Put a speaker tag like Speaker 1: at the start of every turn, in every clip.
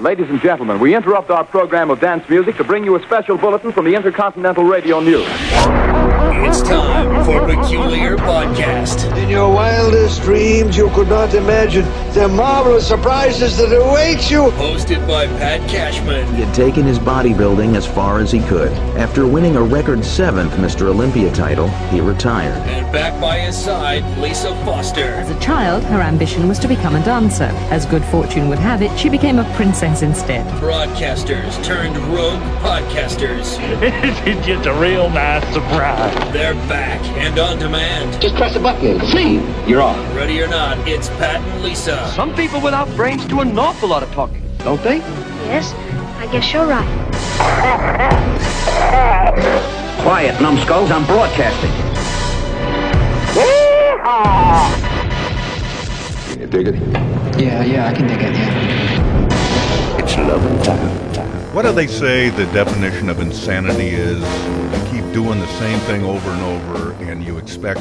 Speaker 1: Ladies and gentlemen, we interrupt our program of dance music to bring you a special bulletin from the Intercontinental Radio News.
Speaker 2: It's time for Peculiar Podcast.
Speaker 3: In your wildest dreams, you could not imagine the marvelous surprises that await you.
Speaker 2: Hosted by Pat Cashman.
Speaker 4: He had taken his bodybuilding as far as he could. After winning a record seventh Mr. Olympia title, he retired.
Speaker 2: And back by his side, Lisa Foster.
Speaker 5: As a child, her ambition was to become a dancer. As good fortune would have it, she became a princess instead.
Speaker 2: Broadcasters turned rogue podcasters.
Speaker 6: It's just a real nice surprise.
Speaker 2: They're back and on demand.
Speaker 7: Just press a button. See, you're on.
Speaker 2: Ready or not, it's Pat and Lisa.
Speaker 8: Some people without brains do an awful lot of talking, don't they?
Speaker 9: Yes, I guess you're right.
Speaker 7: Quiet, numbskulls. I'm broadcasting.
Speaker 1: Can you dig it?
Speaker 8: Yeah, yeah, I can dig it, yeah.
Speaker 7: It's loving time.
Speaker 10: What do they say the definition of insanity is? You keep doing the same thing over and over and you expect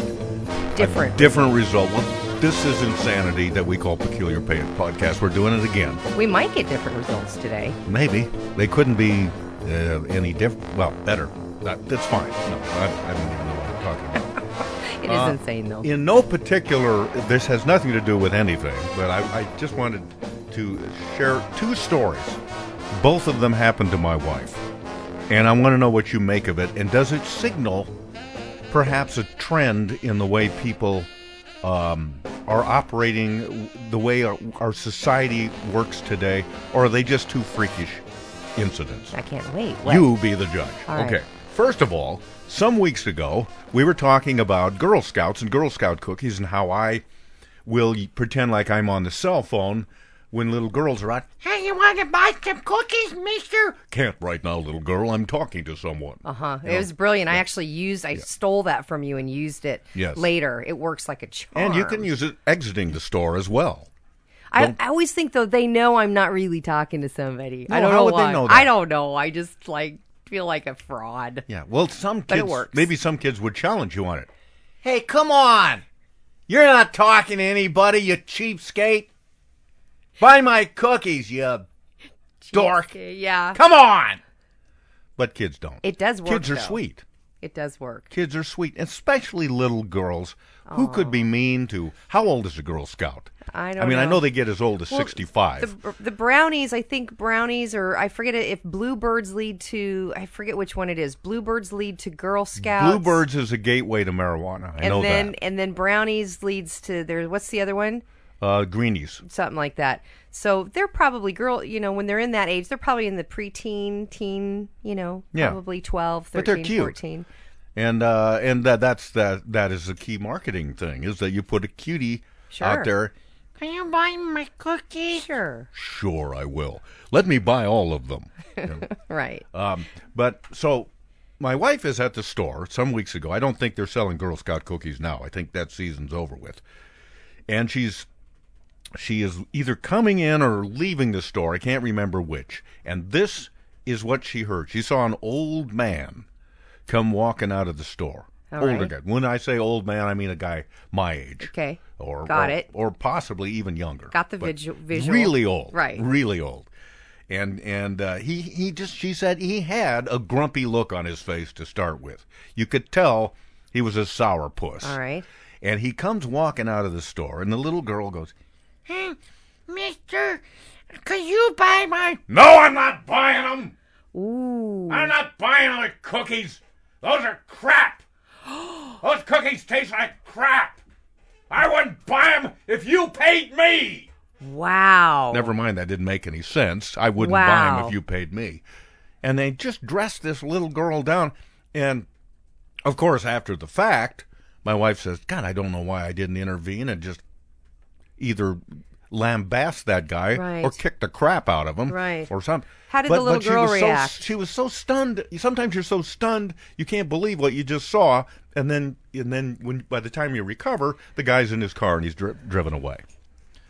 Speaker 11: Different.
Speaker 10: a different result. Well, this is insanity that we call Peculiar Pay Podcast. We're doing it again.
Speaker 11: We might get different results today.
Speaker 10: Maybe. They couldn't be uh, any different. Well, better. That, that's fine. No, I, I don't even know what I'm talking about.
Speaker 11: It is insane, though.
Speaker 10: In no particular, this has nothing to do with anything, but I, I just wanted to share two stories. Both of them happened to my wife, and I want to know what you make of it. And does it signal perhaps a trend in the way people um, are operating, the way our, our society works today, or are they just two freakish incidents?
Speaker 11: I can't wait. What?
Speaker 10: You be the judge.
Speaker 11: All right.
Speaker 10: Okay. First of all, some weeks ago, we were talking about Girl Scouts and Girl Scout cookies and how I will y- pretend like I'm on the cell phone when little girls are out. Hey, you want to buy some cookies, mister? Can't right now, little girl. I'm talking to someone.
Speaker 11: Uh huh. It was brilliant. I actually used, I stole that from you and used it
Speaker 10: Yes.
Speaker 11: later. It works like a charm.
Speaker 10: And you can use it exiting the store as well.
Speaker 11: I, I always think though they know I'm not really talking to somebody. I
Speaker 10: No,
Speaker 11: don't
Speaker 10: how
Speaker 11: know
Speaker 10: would they
Speaker 11: why.
Speaker 10: know that?
Speaker 11: I don't know. I just like feel like a fraud.
Speaker 10: Yeah. Well, some
Speaker 11: But it
Speaker 10: kids,
Speaker 11: works.
Speaker 10: maybe some kids would challenge you on it.
Speaker 8: Hey, come on! You're not talking to anybody, you cheapskate. Buy my cookies, you dork.
Speaker 11: Yeah.
Speaker 8: Come on!
Speaker 10: But kids don't.
Speaker 11: It does work,
Speaker 10: Kids are
Speaker 11: though.
Speaker 10: sweet.
Speaker 11: It does work.
Speaker 10: Kids are sweet, especially little girls who could be mean to. How old is a Girl Scout?
Speaker 11: I
Speaker 10: I
Speaker 11: don't
Speaker 10: mean, I
Speaker 11: know.
Speaker 10: know they get as old as
Speaker 11: Well,
Speaker 10: 65.
Speaker 11: The, the brownies, I think brownies, or I forget if bluebirds lead to, I forget which one it is. Bluebirds lead to Girl Scouts.
Speaker 10: Bluebirds is a gateway to marijuana. I
Speaker 11: and
Speaker 10: know
Speaker 11: then
Speaker 10: that.
Speaker 11: and then brownies leads to there. What's the other one?
Speaker 10: Uh, greenies.
Speaker 11: Something like that. So they're probably girl. You know, when they're in that age, they're probably in the preteen, teen. You know,
Speaker 10: Yeah.
Speaker 11: probably 12, 13,
Speaker 10: But they're cute.
Speaker 11: 14.
Speaker 10: And uh, and that that's that that is a key marketing thing is that you put a cutie
Speaker 11: Sure.
Speaker 10: out there.
Speaker 8: Can you buy my cookies?
Speaker 11: Sure.
Speaker 10: Sure, I will. Let me buy all of them. You know?
Speaker 11: Right.
Speaker 10: Um, but so my wife is at the store some weeks ago. I don't think they're selling Girl Scout cookies now. I think that season's over with. And she's she is either coming in or leaving the store. I can't remember which. And this is what she heard. She saw an old man come walking out of the store.
Speaker 11: All
Speaker 10: Older
Speaker 11: right.
Speaker 10: guy. When I say old man, I mean a guy my age.
Speaker 11: Okay.
Speaker 10: Or
Speaker 11: Got
Speaker 10: or-
Speaker 11: it.
Speaker 10: Or possibly even younger.
Speaker 11: Got the
Speaker 10: But
Speaker 11: visu- visual.
Speaker 10: Really old.
Speaker 11: Right.
Speaker 10: Really old and and uh, he he just she said he had a grumpy look on his face to start with. You could tell he was a sourpuss.
Speaker 11: All right.
Speaker 10: And he comes walking out of the store, and the little girl goes,
Speaker 8: Mister, could you buy my.
Speaker 10: "No, I'm not buying them.
Speaker 11: Ooh.
Speaker 10: I'm not buying the cookies. Those are crap. Those cookies taste like crap. I wouldn't buy them if you paid me."
Speaker 11: Wow.
Speaker 10: Never mind, that didn't make any sense. I wouldn't 'em buy them
Speaker 11: Wow.
Speaker 10: if you paid me. And they just dressed this little girl down. And of course, after the fact, my wife says, God, I don't know why I didn't intervene and just either lambast that guy or
Speaker 11: Right.
Speaker 10: kick the crap out of him
Speaker 11: Right.
Speaker 10: or something.
Speaker 11: How did
Speaker 10: but,
Speaker 11: the little
Speaker 10: but she
Speaker 11: girl
Speaker 10: was so-
Speaker 11: react?
Speaker 10: she was so stunned. Sometimes you're so stunned you can't believe what you just saw, and then and then when by the time you recover, the guy's in his car and he's dri- driven away.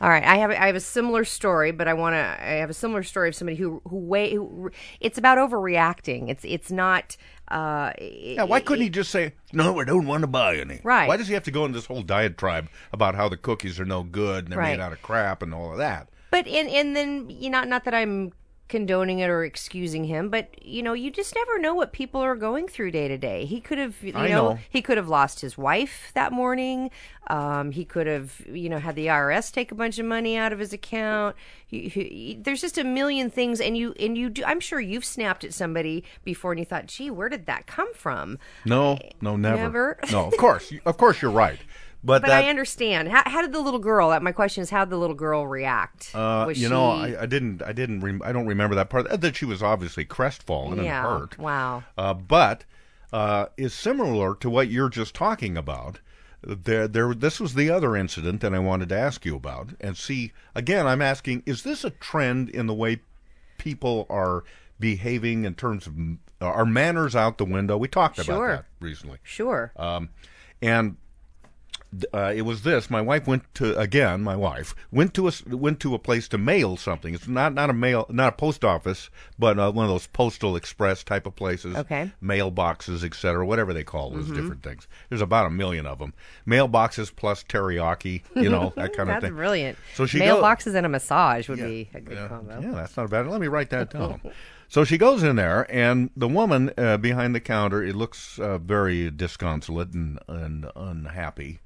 Speaker 11: All right, I have I have a similar story, but I want to I have a similar story of somebody who who way who, it's about overreacting. It's it's not uh
Speaker 10: Yeah, why couldn't he just say, no, I don't want to buy any?
Speaker 11: Right.
Speaker 10: Why does he have to go into this whole diatribe about how the cookies are no good and they're
Speaker 11: Right.
Speaker 10: made out of crap and all of that?
Speaker 11: But and and then you know, not that I'm condoning it or excusing him, but you know, you just never know what people are going through day to day. He could have, you know,
Speaker 12: I know.
Speaker 11: he could have lost his wife that morning. Um, he could have, you know, had the IRS take a bunch of money out of his account. He, he- there's just a million things, and you and you do. I'm sure you've snapped at somebody before, and you thought, "Gee, where did that come from?"
Speaker 10: No, no, never.
Speaker 11: Eh, Never.
Speaker 10: no, of course. you- Of course, you're right. But,
Speaker 11: But
Speaker 10: that,
Speaker 11: I understand. How, how did the little girl? My question is, how did the little girl react?
Speaker 10: Uh,
Speaker 11: Was
Speaker 10: you know,
Speaker 11: she-
Speaker 10: I, I didn't, I didn't, rem- I don't remember that part. That she was obviously crestfallen
Speaker 11: Yeah.
Speaker 10: and hurt.
Speaker 11: Wow.
Speaker 10: Uh, but uh, is similar to what you're just talking about. There, there. This was the other incident that I wanted to ask you about, and see again. I'm asking: Is this a trend in the way people are behaving in terms of m- our manners out the window? We talked about
Speaker 11: Sure.
Speaker 10: that recently.
Speaker 11: Sure.
Speaker 10: Um, and th- uh, it was this. My wife went to again. My wife went to a s- went to a place to mail something. It's not not a mail, not a post office, but uh, one of those postal express type of places.
Speaker 13: Okay.
Speaker 10: Mailboxes, etc. Whatever they call those
Speaker 13: Mhm.
Speaker 10: different things. There's about a million of them. Mailboxes plus teriyaki, you know that kind of
Speaker 11: That's
Speaker 10: thing.
Speaker 11: brilliant.
Speaker 10: So she goes-
Speaker 11: mailboxes and a massage would be a good combo.
Speaker 10: yeah, that's not bad. Let me write that down. so she goes in there, and the woman uh, behind the counter, it looks uh, very disconsolate and, and unhappy.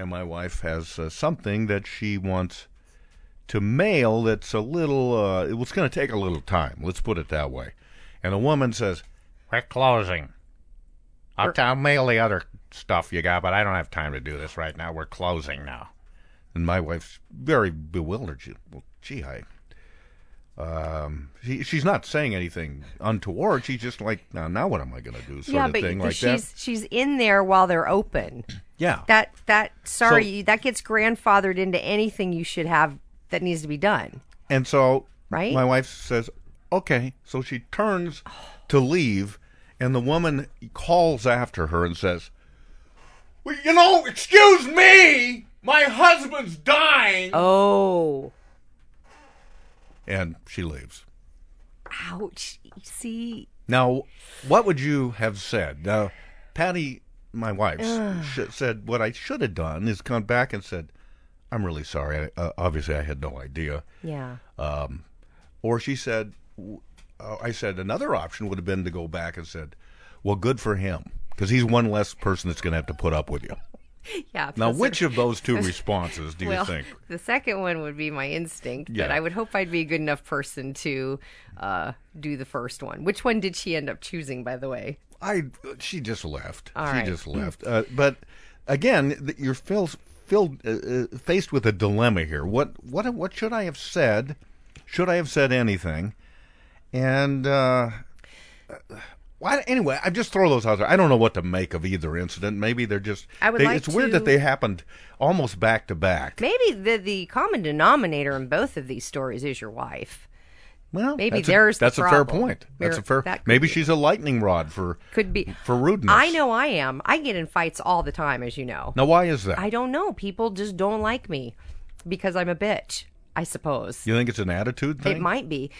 Speaker 10: And my wife has uh, something that she wants to mail that's a little, uh, it was going to take a little time. Let's put it that way. And the woman says, We're closing. I'll, t- I'll mail the other stuff you got, but I don't have time to do this right now. We're closing now. And my wife's very bewildered. She, well, gee, I. Um, she, she's not saying anything untoward. She's just like, now, now what am I going to do? Sort
Speaker 11: yeah,
Speaker 10: of
Speaker 11: but
Speaker 10: thing
Speaker 11: but
Speaker 10: like
Speaker 11: she's
Speaker 10: that.
Speaker 11: she's in there while they're open.
Speaker 10: Yeah.
Speaker 11: That that sorry
Speaker 10: So-
Speaker 11: you- that gets grandfathered into anything you should have that needs to be done.
Speaker 10: And so
Speaker 11: Right?
Speaker 10: my wife says, okay. So she turns to leave, and the woman calls after her and says, Well, you know, excuse me. My husband's dying.
Speaker 11: Oh.
Speaker 10: and she leaves.
Speaker 11: Ouch. See.
Speaker 10: Now, what would you have said? Now, Patty, my wife, s- sh- said what I should have done is come back and said, "I'm really sorry. I, uh, obviously, I had no idea."
Speaker 11: Yeah.
Speaker 10: Um, or she said, w- uh, "I said another option would have been to go back and said, well, good for him, because he's one less person that's going to have to put up with you."
Speaker 11: Yeah.
Speaker 10: Now,
Speaker 11: those are-
Speaker 10: which of those two responses do you
Speaker 11: well,
Speaker 10: think?
Speaker 11: The second one would be my instinct, but
Speaker 10: Yeah.
Speaker 11: I would hope I'd be a good enough person to uh, do the first one. Which one did she end up choosing, by the way?
Speaker 10: I she just left.
Speaker 11: All
Speaker 10: she
Speaker 11: right.
Speaker 10: just left. Uh, but again, th- you're filled, filled uh, uh, faced with a dilemma here. What what what should I have said? Should I have said anything? And uh, why? Anyway, I just throw those out there. I don't know what to make of either incident. Maybe they're just.
Speaker 11: I would
Speaker 10: they-
Speaker 11: like
Speaker 10: it's weird
Speaker 11: to-
Speaker 10: that they happened almost back to back.
Speaker 11: Maybe the the common denominator in both of these stories is your wife.
Speaker 10: Well,
Speaker 11: maybe
Speaker 10: that's
Speaker 11: there's
Speaker 10: a,
Speaker 11: the
Speaker 10: that's a fair
Speaker 11: problem.
Speaker 10: point. That's a
Speaker 11: There-
Speaker 10: fair.
Speaker 11: that could
Speaker 10: Maybe
Speaker 11: be.
Speaker 10: she's a lightning rod for
Speaker 11: Could be.
Speaker 10: for rudeness.
Speaker 11: I know I am. I get in fights all the time, as you know.
Speaker 10: Now, why is that?
Speaker 11: I don't know. People just don't like me because I'm a bitch. I suppose.
Speaker 10: You think it's an attitude thing?
Speaker 11: It might be.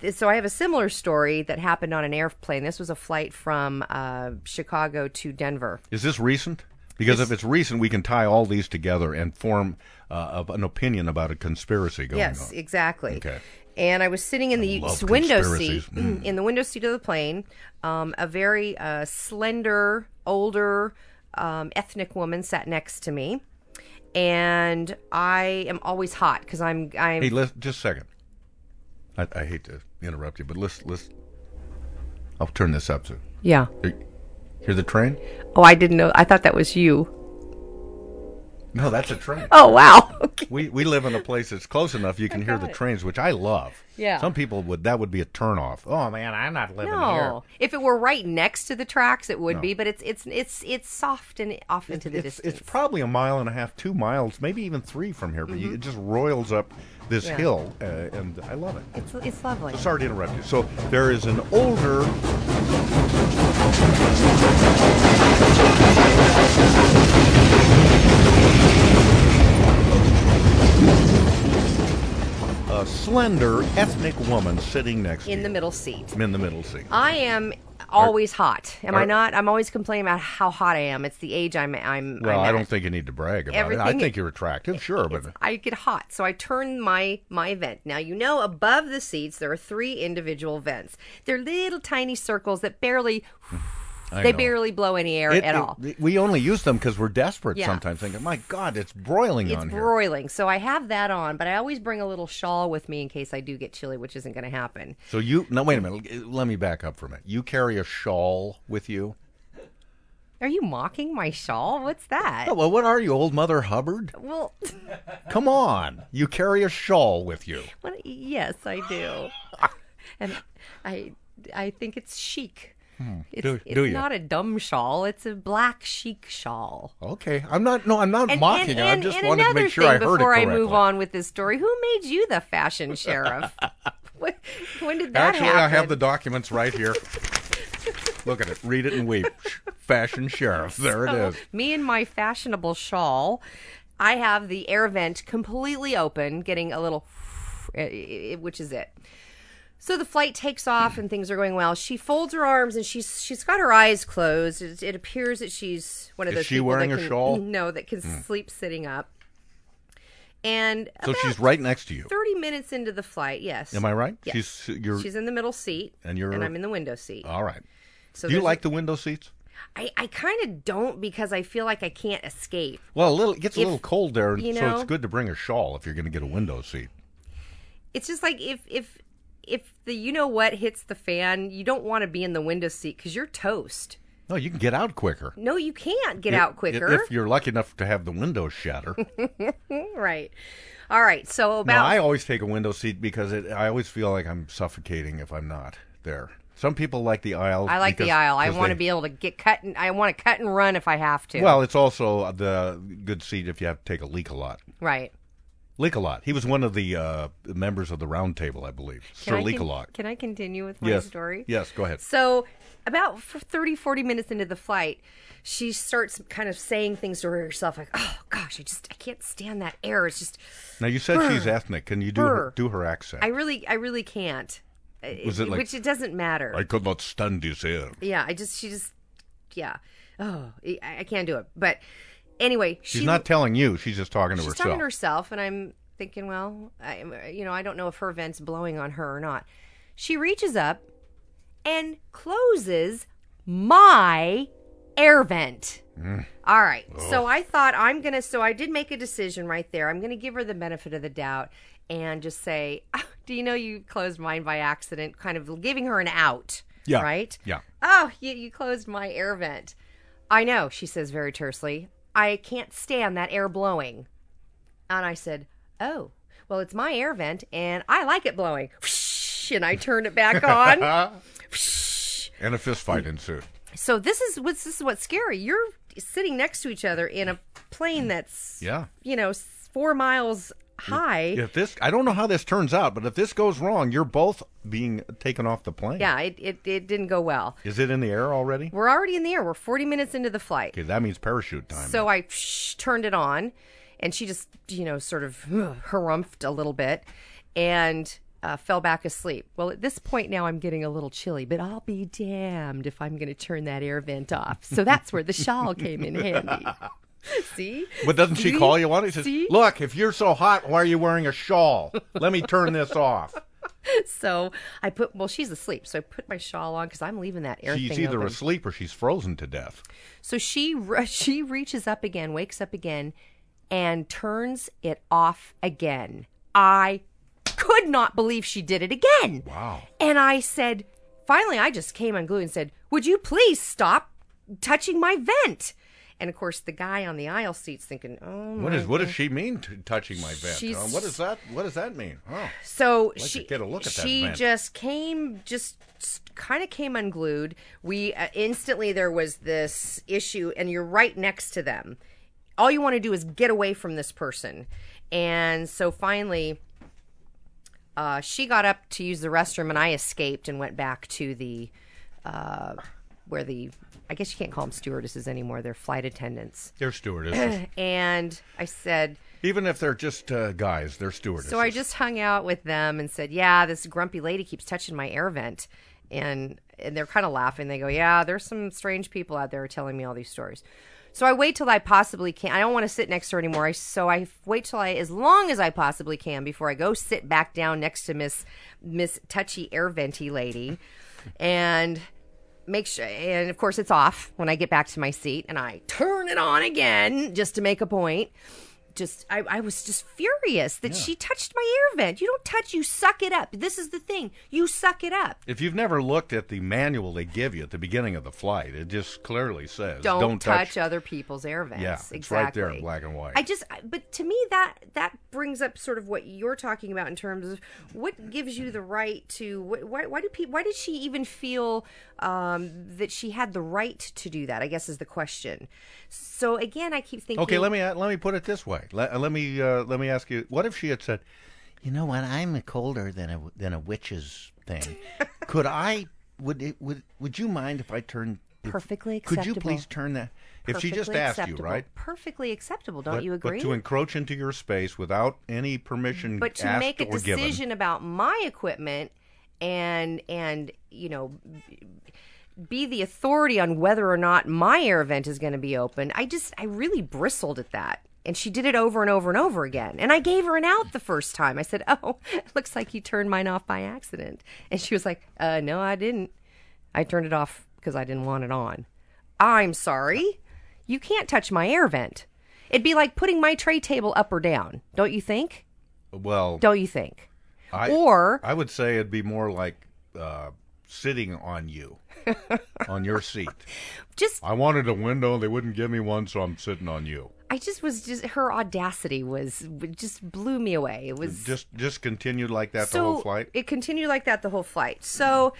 Speaker 11: Th- So I have a similar story that happened on an airplane. This was a flight from uh, Chicago to Denver.
Speaker 10: Is this recent? Because if it's recent, we can tie all these together and form uh, of an opinion about a conspiracy going
Speaker 11: yes,
Speaker 10: on.
Speaker 11: exactly.
Speaker 10: Oh. Okay.
Speaker 11: And I was sitting in the
Speaker 10: love
Speaker 11: window seat,
Speaker 10: conspiracies. Mm.
Speaker 11: in the window seat of the plane. Um, a very uh, slender, older, um, ethnic woman sat next to me, and I am always hot because I'm I'm
Speaker 10: Hey, let, just a second. I, I hate to interrupt you, but let's let's. I'll turn this up soon.
Speaker 11: Yeah.
Speaker 10: Hear the train?
Speaker 11: Oh, I didn't know. I thought that was you.
Speaker 10: No, that's a train.
Speaker 11: Oh, wow.
Speaker 10: We we live in a place that's close enough you can hear the trains, which I love.
Speaker 11: Yeah.
Speaker 10: Some people would that would be a turnoff. Oh man, I'm not living
Speaker 11: No, if it were right next to the tracks, it would
Speaker 10: No.
Speaker 11: be. But it's it's it's it's soft and off into the
Speaker 10: here. It's,
Speaker 11: distance.
Speaker 10: it's probably a mile and a half, two miles, maybe even three from here. But you-
Speaker 11: Mhm.
Speaker 10: it just roils up this
Speaker 11: Yeah.
Speaker 10: hill, uh, and I love it.
Speaker 11: It's, it's lovely.
Speaker 10: Sorry to interrupt you. So there is an older. slender ethnic woman sitting next
Speaker 11: in the middle Uh, seat.
Speaker 10: to me in the middle seat.
Speaker 11: I am always hot. Am I
Speaker 10: are-
Speaker 11: not? I'm always complaining about how hot I am. It's the age I'm. I'm.
Speaker 10: Well,
Speaker 11: I'm
Speaker 10: I
Speaker 11: at.
Speaker 10: don't think you need to brag about it. I
Speaker 11: Everything-
Speaker 10: think you're attractive, sure, but
Speaker 11: I get hot, so I turn my my vent. Now you know above the seats there are three individual vents. They're little tiny circles that barely
Speaker 10: I
Speaker 11: they
Speaker 10: know.
Speaker 11: barely blow any air
Speaker 10: It-
Speaker 11: at
Speaker 10: it-
Speaker 11: all.
Speaker 10: We only use them because we're desperate
Speaker 11: Yeah.
Speaker 10: sometimes, thinking, my God, it's broiling
Speaker 11: It's
Speaker 10: on here.
Speaker 11: broiling, so I have that on, but I always bring a little shawl with me in case I do get chilly, which isn't going to happen.
Speaker 10: So you, no, wait a minute. l- Let me back up for a minute. You carry a shawl with you?
Speaker 11: Are you mocking my shawl? What's that?
Speaker 10: Oh, well, what are you, old Mother Hubbard?
Speaker 11: Well,
Speaker 10: Come on. You carry a shawl with you.
Speaker 11: what, yes, I do, and I I think it's chic.
Speaker 10: Hmm,
Speaker 11: It's,
Speaker 10: do-
Speaker 11: it's
Speaker 10: do you?
Speaker 11: not a dumb shawl. It's a black chic shawl.
Speaker 10: Okay. I'm not, no, I'm not
Speaker 11: And-
Speaker 10: mocking
Speaker 11: and-
Speaker 10: it.
Speaker 11: and-
Speaker 10: I just
Speaker 11: and
Speaker 10: wanted to
Speaker 11: another
Speaker 10: make sure I
Speaker 11: thing
Speaker 10: heard it
Speaker 11: before I
Speaker 10: correctly.
Speaker 11: move on with this story. Who made you the fashion sheriff? when, when did that
Speaker 10: Actually,
Speaker 11: happen?
Speaker 10: I have the documents right here. Look at it. Read it and weep. Fashion Sheriff. There
Speaker 11: So,
Speaker 10: it is.
Speaker 11: Me and my fashionable shawl. I have the air vent completely open, getting a little, eh, eh, eh, which is it. So the flight takes off and things are going well. She folds her arms and she's she's got her eyes closed. It, it appears that she's one of
Speaker 10: Is
Speaker 11: those.
Speaker 10: she
Speaker 11: people that
Speaker 10: wearing a
Speaker 11: can-
Speaker 10: shawl?
Speaker 11: No, that can
Speaker 10: Hmm.
Speaker 11: sleep sitting up. And
Speaker 10: So she's right next to you.
Speaker 11: 30 minutes into the flight, yes.
Speaker 10: Am I right?
Speaker 11: Yes.
Speaker 10: She's- you're-
Speaker 11: She's in the middle seat.
Speaker 10: And you're-
Speaker 11: And I'm in the window seat.
Speaker 10: All right.
Speaker 11: So
Speaker 10: Do you
Speaker 11: there's a-
Speaker 10: like the window seats?
Speaker 11: I, I kind of don't because I feel like I can't escape.
Speaker 10: Well, a little it gets a
Speaker 11: If-
Speaker 10: little cold there, and
Speaker 11: you
Speaker 10: so
Speaker 11: know-
Speaker 10: it's good to bring a shawl if you're going to get a window seat.
Speaker 11: It's just like if if if the you know what hits the fan, you don't want to be in the window seat because you're toast.
Speaker 10: No, you can get out quicker.
Speaker 11: No, you can't get
Speaker 10: If-
Speaker 11: out quicker.
Speaker 10: if you're lucky enough to have the window shatter.
Speaker 11: right. All right. So
Speaker 10: now,
Speaker 11: about
Speaker 10: I always take a window seat because it, I always feel like I'm suffocating if I'm not there. Some people like the aisle.
Speaker 11: I like the aisle. I want to be able to get cut and I want to cut and run if I have to.
Speaker 10: Well, it's also the good seat if you have to take a leak a lot.
Speaker 11: right.
Speaker 10: Leak a lot. He was one of the uh, members of the round table, I believe.
Speaker 11: Can
Speaker 10: Sir
Speaker 11: I
Speaker 10: Leak a
Speaker 11: con-
Speaker 10: lot.
Speaker 11: Can I continue with my
Speaker 10: Yes.
Speaker 11: story?
Speaker 10: Yes. Go ahead.
Speaker 11: So, about f- 30, 40 minutes into the flight, she starts kind of saying things to herself like, oh gosh, I just, I can't stand that air. It's just,
Speaker 10: Now you said she's
Speaker 11: Brr.
Speaker 10: ethnic. Can you do
Speaker 11: Brr.
Speaker 10: her, do her accent?
Speaker 11: I really, I really can't.
Speaker 10: Was it like-
Speaker 11: Which it doesn't matter.
Speaker 10: I could not stand this air.
Speaker 11: yeah, I just, she just, yeah. Oh, I, I can't do it. But anyway,
Speaker 10: She's
Speaker 11: she,
Speaker 10: not telling you. She's just talking to
Speaker 11: she's
Speaker 10: herself.
Speaker 11: talking to herself, and I'm thinking, well, I, you know, I don't know if her vent's blowing on her or not. She reaches up and closes my air vent.
Speaker 12: Mm.
Speaker 11: All right.
Speaker 12: Ugh.
Speaker 11: So I thought I'm going to, so I did make a decision right there. I'm going to give her the benefit of the doubt and just say, "Ah, do you know you closed mine by accident? Kind of giving her an out.
Speaker 12: Yeah.
Speaker 11: Right?
Speaker 12: Yeah.
Speaker 11: Oh, you, you closed my air vent. I know, she says very tersely. I can't stand that air blowing. And I said, Oh, well, it's my air vent and I like it blowing. And I turned it back on.
Speaker 10: and a fist fight ensued.
Speaker 11: so this is what's this is what's scary. You're sitting next to each other in a plane that's
Speaker 10: Yeah.
Speaker 11: you know s- four miles high.
Speaker 10: If this, I don't know how this turns out, but if this goes wrong, you're both being taken off the plane.
Speaker 11: Yeah, it, it it didn't go well.
Speaker 10: Is it in the air already?
Speaker 11: We're already in the air. We're 40 minutes into the flight.
Speaker 10: Okay, that means parachute time.
Speaker 11: So I psh, turned it on, and she just, you know, sort of harumphed a little bit and uh, fell back asleep. Well, at this point now, I'm getting a little chilly, but I'll be damned if I'm going to turn that air vent off. So that's where the shawl came in handy. See?
Speaker 10: But doesn't she
Speaker 11: See?
Speaker 10: call you on it? She says,
Speaker 11: See?
Speaker 10: "Look, if you're so hot, why are you wearing a shawl? Let me turn this off."
Speaker 11: So I put, well, she's asleep. So I put my shawl on because I'm leaving that air
Speaker 10: she's
Speaker 11: thing
Speaker 10: either
Speaker 11: open.
Speaker 10: asleep or she's frozen to death.
Speaker 11: So she re- she reaches up again, wakes up again, and turns it off again. I could not believe she did it again.
Speaker 10: Wow.
Speaker 11: And I said, finally, I just came unglued and said, "Would you please stop touching my vent?" And of course, the guy on the aisle seat's thinking, "Oh,
Speaker 10: What
Speaker 11: my
Speaker 10: is? What does
Speaker 11: God."
Speaker 10: she mean to touching my vent?
Speaker 11: She's-
Speaker 10: Uh, what does that? What does that mean? Oh,
Speaker 11: So
Speaker 10: I'd like
Speaker 11: she
Speaker 10: to get a look at that
Speaker 11: she
Speaker 10: vent.
Speaker 11: just came just kind of came unglued. We uh, instantly there was this issue and you're right next to them. All you want to do is get away from this person. And so finally uh, she got up to use the restroom and I escaped and went back to the uh, where the I guess you can't call them stewardesses anymore. They're flight attendants.
Speaker 10: They're stewardesses.
Speaker 11: and I said,
Speaker 10: Even if they're just uh, guys, they're stewardesses.
Speaker 11: so I just hung out with them and said, "Yeah, this grumpy lady keeps touching my air vent," and and they're kind of laughing. They go, "Yeah, there's some strange people out there telling me all these stories." So I wait till I possibly can. I don't want to sit next to her anymore. I, so I wait till I, as long as I possibly can, before I go sit back down next to Miss Miss Touchy Air Venty Lady, and make sure. And of course, it's off when I get back to my seat, and I turn it on again just to make a point just I, I was just furious that she touched my air vent. You don't touch, you suck it up. This is the thing. You suck it up.
Speaker 10: If you've never looked at the manual they give you at the beginning of the flight, it just clearly says
Speaker 11: Don't, touch,
Speaker 10: touch
Speaker 11: other people's air vents.
Speaker 10: Yeah,
Speaker 11: exactly.
Speaker 10: it's right there in black and white.
Speaker 11: I just but to me that that brings up sort of what you're talking about in terms of what gives you the right to wh- why why do people why did she even feel um, that she had the right to do that? I guess is the question. So again, I keep thinking
Speaker 10: okay, let me let me put it this way. Let, let me uh, let me ask you. What if she had said,
Speaker 12: You know what? I'm colder than a than a witch's thing. Could I? Would it? Would Would you mind if I turned? if-
Speaker 11: Perfectly
Speaker 12: Could you
Speaker 11: acceptable.
Speaker 12: please turn that?
Speaker 10: If she just
Speaker 11: perfectly
Speaker 10: asked you,
Speaker 11: acceptable.
Speaker 10: right?
Speaker 11: Perfectly acceptable, don't
Speaker 10: but,
Speaker 11: you
Speaker 10: but
Speaker 11: agree?
Speaker 10: to encroach into your space without any permission,
Speaker 11: but to
Speaker 10: asked
Speaker 11: make a
Speaker 10: or given.
Speaker 11: decision about my equipment and and you know b- be the authority on whether or not my air vent is going to be open i just i really bristled at that and she did it over and over and over again and i gave her an out the first time i said oh looks like you turned mine off by accident and she was like uh no i didn't i turned it off because i didn't want it on i'm sorry you can't touch my air vent it'd be like putting my tray table up or down don't you think
Speaker 10: Well,
Speaker 11: don't you think?
Speaker 10: I,
Speaker 11: or
Speaker 10: I would say it'd be more like uh, sitting on you, on your seat.
Speaker 11: Just
Speaker 10: I wanted a window, they wouldn't give me one, so I'm sitting on you.
Speaker 11: I just was just her audacity was just blew me away. It was
Speaker 10: Just just continued like that the whole flight.
Speaker 11: It continued like that the whole flight. So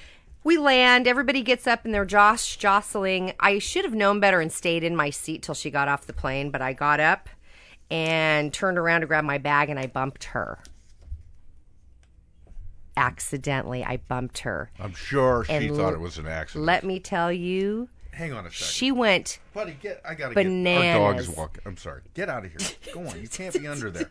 Speaker 11: we land, everybody gets up and they're josh jostling. I should have known better and stayed in my seat till she got off the plane, but I got up and turned around to grab my bag and I bumped her. Accidentally, I bumped her.
Speaker 10: I'm sure she
Speaker 11: And
Speaker 10: thought
Speaker 11: l-
Speaker 10: it was an accident.
Speaker 11: Let me tell you,
Speaker 10: Hang on a second.
Speaker 11: she went
Speaker 10: Buddy, get I gotta get our dog
Speaker 11: bananas.
Speaker 10: is walking. I'm sorry. Get out of here. Go on. You can't be under there.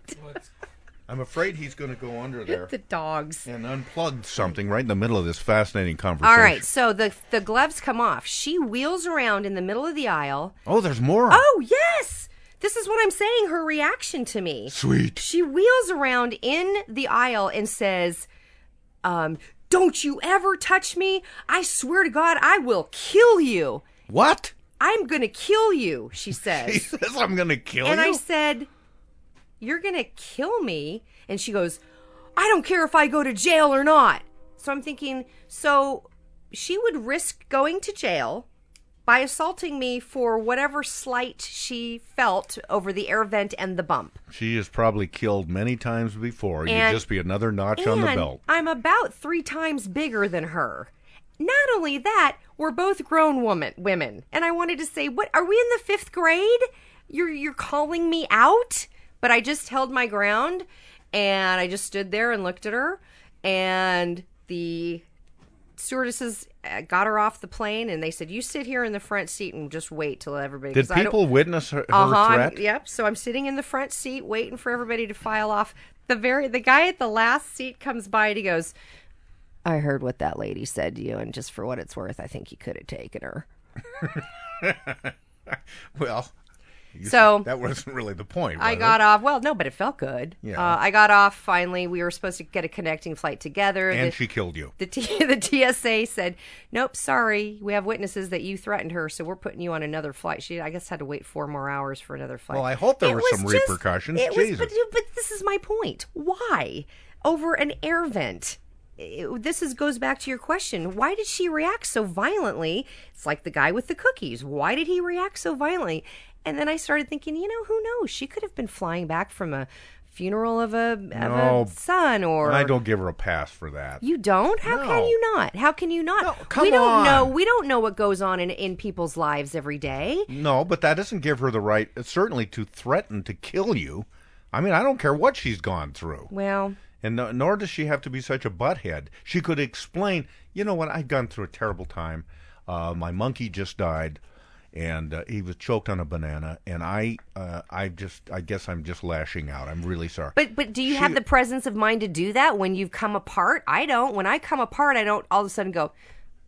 Speaker 10: I'm afraid he's gonna go under there.
Speaker 11: The dogs.
Speaker 10: And unplugged something right in the middle of this fascinating conversation.
Speaker 11: All right, so the the gloves come off. She wheels around in the middle of the aisle.
Speaker 10: Oh, there's more.
Speaker 11: Oh yes, this is what I'm saying. Her reaction to me.
Speaker 10: Sweet.
Speaker 11: She wheels around in the aisle and says, um, "Don't you ever touch me! I swear to God, I will kill you.
Speaker 10: What?
Speaker 11: I'm gonna kill you." She says.
Speaker 10: He says I'm gonna kill
Speaker 11: and
Speaker 10: you.
Speaker 11: I said, You're going to kill me. And she goes, I don't care if I go to jail or not. So I'm thinking, so she would risk going to jail by assaulting me for whatever slight she felt over the air vent and the bump.
Speaker 10: She is probably killed many times before. You'd
Speaker 11: And-
Speaker 10: just be another notch on the
Speaker 11: And
Speaker 10: belt.
Speaker 11: I'm about three times bigger than her. Not only that, we're both grown woman women. And I wanted to say, what are we in the fifth grade? You're you're calling me out? But I just held my ground and I just stood there and looked at her and the stewardesses uh, got her off the plane and they said you sit here in the front seat and just wait till everybody
Speaker 10: Did
Speaker 11: 'cause I don't-
Speaker 10: people witness her, her
Speaker 11: uh-huh, I'm-
Speaker 10: threat?
Speaker 11: Yep. So I'm sitting in the front seat waiting for everybody to file off. The very the guy at the last seat comes by and he goes, I heard what that lady said to you, and just for what it's worth, I think you could have taken her.
Speaker 10: Well, you-
Speaker 11: So-
Speaker 10: that wasn't really the point.
Speaker 11: I
Speaker 10: was
Speaker 11: got
Speaker 10: it?
Speaker 11: off. Well, no, but it felt good.
Speaker 10: Yeah.
Speaker 11: Uh, I got off finally. We were supposed to get a connecting flight together.
Speaker 10: and
Speaker 11: The-
Speaker 10: she killed you.
Speaker 11: The, T- the TSA said, "Nope, sorry. We have witnesses that you threatened her, so we're putting you on another flight." She, I guess, had to wait four more hours for another flight.
Speaker 10: Well, I hope there
Speaker 11: It
Speaker 10: were
Speaker 11: was
Speaker 10: some repercussions.
Speaker 11: It was,
Speaker 10: Jesus.
Speaker 11: but, but this is my point. Why over an air vent? It- this is goes back to your question. Why did she react so violently? It's like the guy with the cookies. Why did he react so violently? And then I started thinking, you know, who knows? She could have been flying back from a funeral of a, of
Speaker 10: No.
Speaker 11: a son or
Speaker 10: I don't give her a pass for that.
Speaker 11: you don't? How can
Speaker 10: No.
Speaker 11: you not? How can you not?
Speaker 10: come
Speaker 11: we don't know.
Speaker 10: on.
Speaker 11: We don't know what goes on in, in people's lives every day.
Speaker 10: No, but that doesn't give her the right, certainly, to threaten to kill you. I mean, I don't care what she's gone through.
Speaker 11: Well,
Speaker 10: And no, nor does she have to be such a butthead. She could explain, you know what, I've gone through a terrible time. Uh, my monkey just died, and uh, he was choked on a banana. And I, uh, I just, I guess I'm just lashing out. I'm really sorry.
Speaker 11: But but do you have the presence of mind to do that when you've come apart? I don't. When I come apart, I don't all of a sudden go,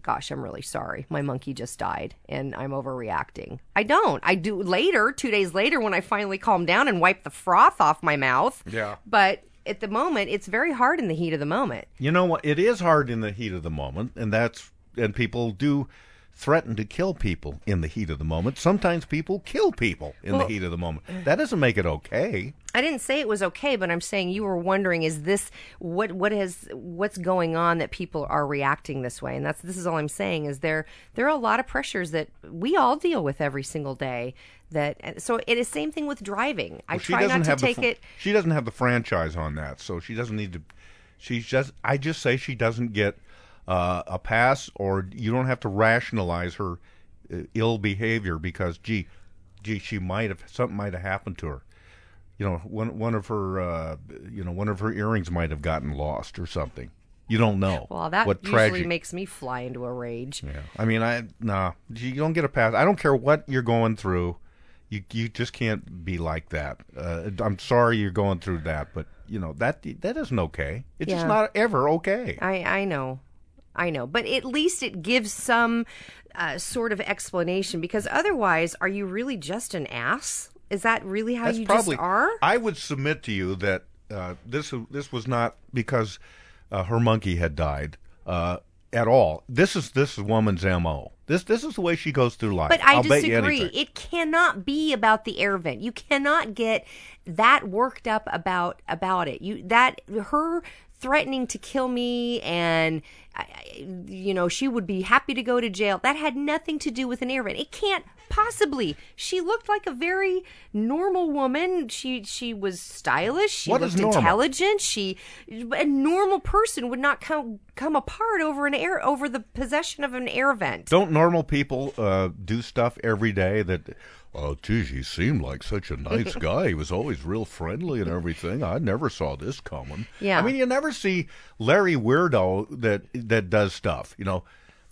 Speaker 11: "Gosh, I'm really sorry. My monkey just died, and I'm overreacting." I don't. I do later, two days later, when I finally calm down and wipe the froth off my mouth.
Speaker 10: Yeah.
Speaker 11: But at the moment, it's very hard in the heat of the moment.
Speaker 10: You know what? It is hard in the heat of the moment, and that's and people do threaten to kill people in the heat of the moment. Sometimes people kill people in
Speaker 11: Well-
Speaker 10: the heat of the moment. That doesn't make it okay.
Speaker 11: I didn't say it was okay, but I'm saying you were wondering: is this what what has what's going on that people are reacting this way? And that's this is all I'm saying is there there are a lot of pressures that we all deal with every single day. That and so it is same thing with driving. I
Speaker 10: Well,
Speaker 11: try not to
Speaker 10: have the
Speaker 11: take
Speaker 10: fr-
Speaker 11: it.
Speaker 10: She doesn't have the franchise on that, so she doesn't need to. She's just. I just say she doesn't get uh, a pass, or you don't have to rationalize her uh, ill behavior because, gee, gee, she might have something might have happened to her. You know, one one of her, uh, you know, one of her earrings might have gotten lost or something. You don't know.
Speaker 11: Well, that
Speaker 10: what
Speaker 11: usually
Speaker 10: tragic
Speaker 11: makes me fly into a rage.
Speaker 10: Yeah. I mean, I nah. You don't get a pass. I don't care what you're going through. You you just can't be like that. Uh, I'm sorry you're going through that, but you know that that isn't okay. It's just
Speaker 11: Yeah.
Speaker 10: not ever okay.
Speaker 11: I I know. I know, but at least it gives some uh, sort of explanation because otherwise, are you really just an ass? Is that really how
Speaker 10: That's
Speaker 11: you
Speaker 10: probably.
Speaker 11: just are?
Speaker 10: I would submit to you that uh, this this was not because uh, her monkey had died uh, at all. This is this woman's mo. This this is the way she goes through life.
Speaker 11: But I
Speaker 10: will Bet you
Speaker 11: disagree.
Speaker 10: anything.
Speaker 11: It cannot be about the air vent. You cannot get that worked up about about it. You that her threatening to kill me and I- I- you know she would be happy to go to jail. That had nothing to do with an air vent. It can't possibly. She looked like a very normal woman. She she was stylish. She
Speaker 10: What
Speaker 11: looked
Speaker 10: is normal?
Speaker 11: intelligent. She a normal person would not come come apart over an air over the possession of an air vent.
Speaker 10: Don't normal people uh, do stuff every day that? Oh, geez, he seemed like such a nice guy. He was always real friendly and everything. I never saw this coming.
Speaker 11: Yeah.
Speaker 10: I mean, you never see Larry Weirdo that that does stuff. You know,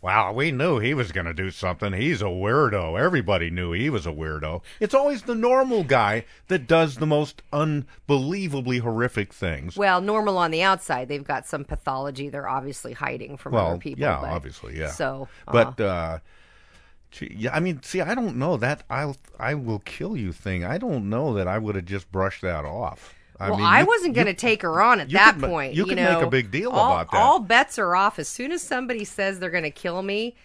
Speaker 10: wow, we knew he was going to do something. He's a weirdo. Everybody knew he was a weirdo. It's always the normal guy that does the most unbelievably horrific things.
Speaker 11: Well, normal on the outside, they've got some pathology they're obviously hiding from
Speaker 10: well,
Speaker 11: other people.
Speaker 10: yeah,
Speaker 11: but-
Speaker 10: obviously, yeah.
Speaker 11: So, um, uh-huh.
Speaker 10: but uh, gee, yeah, I mean, see, I don't know that I'll I will kill you thing. I don't know that I would have just brushed that off. I
Speaker 11: well,
Speaker 10: mean,
Speaker 11: I
Speaker 10: you-
Speaker 11: wasn't going to
Speaker 10: you-
Speaker 11: take her on at
Speaker 10: you
Speaker 11: that
Speaker 10: could ma-
Speaker 11: point.
Speaker 10: you could make a
Speaker 11: know.
Speaker 10: big deal
Speaker 11: all,
Speaker 10: about that.
Speaker 11: All bets are off as soon as somebody says they're going to kill me.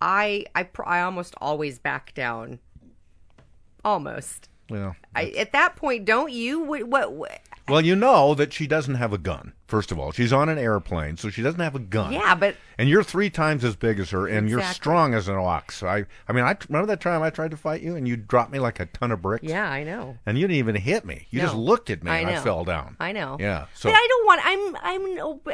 Speaker 11: I I pr- I almost always back down. Almost.
Speaker 10: Well,
Speaker 11: I, at that point, don't you? What? what, what
Speaker 10: well, you know that she doesn't have a gun. First of all, she's on an airplane, so she doesn't have a gun.
Speaker 11: yeah, but
Speaker 10: And you're three times as big as her, and you're
Speaker 11: Exactly.
Speaker 10: strong as an ox. I, I mean, I remember that time I tried to fight you, and you dropped me like a ton of bricks.
Speaker 11: yeah, I know.
Speaker 10: And you didn't even hit me. You just
Speaker 11: No.
Speaker 10: looked at me,
Speaker 11: I
Speaker 10: and I
Speaker 11: know.
Speaker 10: fell down.
Speaker 11: I know.
Speaker 10: Yeah. So
Speaker 11: but I don't want. I'm I'm an ob-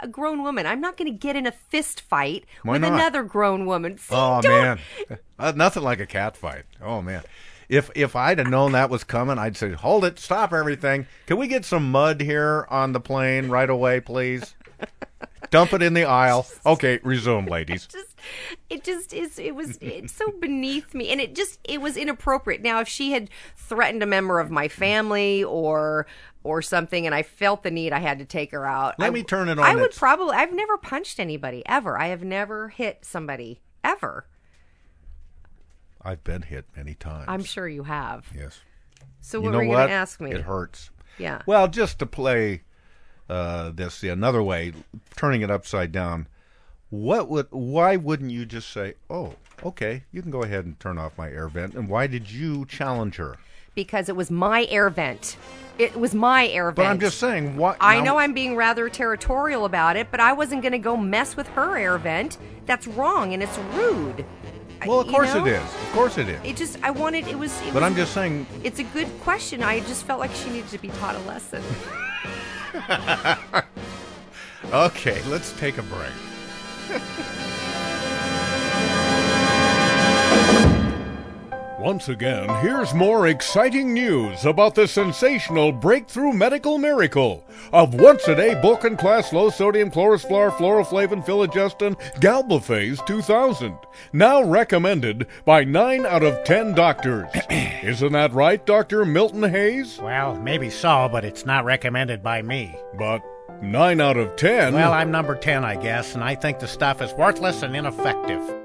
Speaker 11: a, a grown woman. I'm not going to get in a fist fight
Speaker 10: Why
Speaker 11: with
Speaker 10: not?
Speaker 11: another grown woman. See,
Speaker 10: Oh
Speaker 11: don't-
Speaker 10: man, Uh, nothing like a cat fight. Oh man, if if I'd have known that was coming, I'd say, hold it, stop everything. Can we get some mud here on the plane right away, please? Dump it in the aisle. Okay, resume, ladies.
Speaker 11: it just is it was it's so beneath me and it just it was inappropriate now if she had threatened a member of my family or or something and i felt the need i had to take her out
Speaker 10: Let
Speaker 11: I,
Speaker 10: me turn it on
Speaker 11: i would
Speaker 10: its-
Speaker 11: probably i've never punched anybody ever i have never hit somebody ever
Speaker 10: I've been hit many times.
Speaker 11: i'm sure you have
Speaker 10: Yes.
Speaker 11: so
Speaker 10: You
Speaker 11: what
Speaker 10: know
Speaker 11: were you
Speaker 10: what?
Speaker 11: gonna ask me
Speaker 10: It hurts.
Speaker 11: yeah
Speaker 10: Well, just to play uh, this the another way, turning it upside down. What would? Why wouldn't you just say, "Oh, okay, you can go ahead and turn off my air vent"? And why did you challenge her?
Speaker 11: because it was my air vent it was my air vent
Speaker 10: But I'm just saying, what?
Speaker 11: I
Speaker 10: now-
Speaker 11: know I'm being rather territorial about it, but I wasn't going to go mess with her air vent. That's wrong and it's rude. I-
Speaker 10: Well, of
Speaker 11: you
Speaker 10: course
Speaker 11: know?
Speaker 10: it is. Of course it is.
Speaker 11: It just, I wanted, it was. It
Speaker 10: but
Speaker 11: was-
Speaker 10: I'm just saying.
Speaker 11: It's a good question. I just felt like she needed to be taught a lesson.
Speaker 10: okay, let's take a break. Once again, here's more exciting news about the sensational breakthrough medical miracle of once a day Bulkin class low sodium chlorosflor fluoroflavin phyllogestin galbafase 2000. Now recommended by 9 out of 10 doctors. Isn't that right, Dr. Milton Hayes?
Speaker 14: Well, maybe so, but it's not recommended by me.
Speaker 10: But 9 out of 10?
Speaker 14: Well, I'm number 10, I guess, and I think the stuff is worthless and ineffective.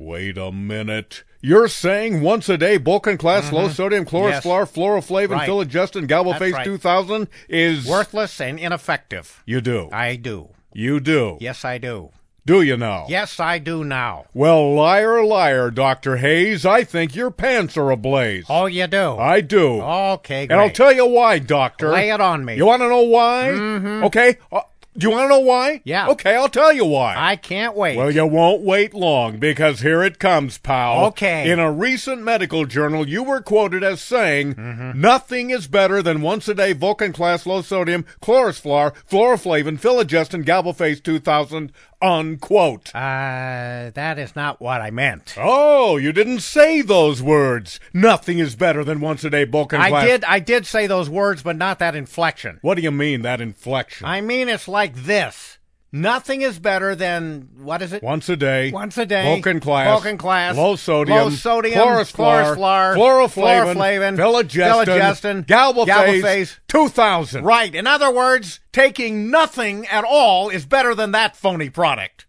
Speaker 10: Wait a minute. You're saying once a day Bulkin class low sodium chloroflor fluoroflavin
Speaker 14: Mm-hmm. Right.
Speaker 10: phyllogestin galbafase
Speaker 14: That's right.
Speaker 10: 2000 is
Speaker 14: Worthless and ineffective.
Speaker 10: You do.
Speaker 14: I do.
Speaker 10: You do.
Speaker 14: Yes, I do.
Speaker 10: Do you now?
Speaker 14: Yes, I do now.
Speaker 10: Well, liar, liar, Dr. Hayes, I think your pants are ablaze.
Speaker 14: Oh, you do?
Speaker 10: I do.
Speaker 14: Okay,
Speaker 10: And I'll
Speaker 14: great.
Speaker 10: tell you why, Doctor.
Speaker 14: Lay it on me.
Speaker 10: You want to know why?
Speaker 14: Mhm.
Speaker 10: Okay. Uh, do you want to know why?
Speaker 14: Yeah.
Speaker 10: Okay, I'll tell you why.
Speaker 14: I can't wait.
Speaker 10: Well, you won't wait long because here it comes, pal.
Speaker 14: Okay.
Speaker 10: In a recent medical journal, you were quoted as saying, "Nothing is better than once a day Vulcan class low sodium chlorosflor fluoroflavin phyllogestin galbafase 2000." Unquote.
Speaker 14: Uh, that is not what I meant.
Speaker 10: Oh, you didn't say those words. Nothing is better than once a day Vulcan
Speaker 14: I
Speaker 10: class.
Speaker 14: did I did say those words, but not that inflection.
Speaker 10: What do you mean that inflection?
Speaker 14: I mean it's like this. Nothing is better than what is it?
Speaker 10: Once a day.
Speaker 14: Once a day.
Speaker 10: Vulcan class.
Speaker 14: Vulcan class.
Speaker 10: Low sodium.
Speaker 14: Low sodium.
Speaker 10: Chlorosflor.
Speaker 14: chlorosflor,
Speaker 10: Fluoroflavin.
Speaker 14: Fluoroflavin. Phyllogestin.
Speaker 10: Phyllogestin. Galbafase. 2000.
Speaker 14: Right. In other words, taking nothing at all is better than that phony product.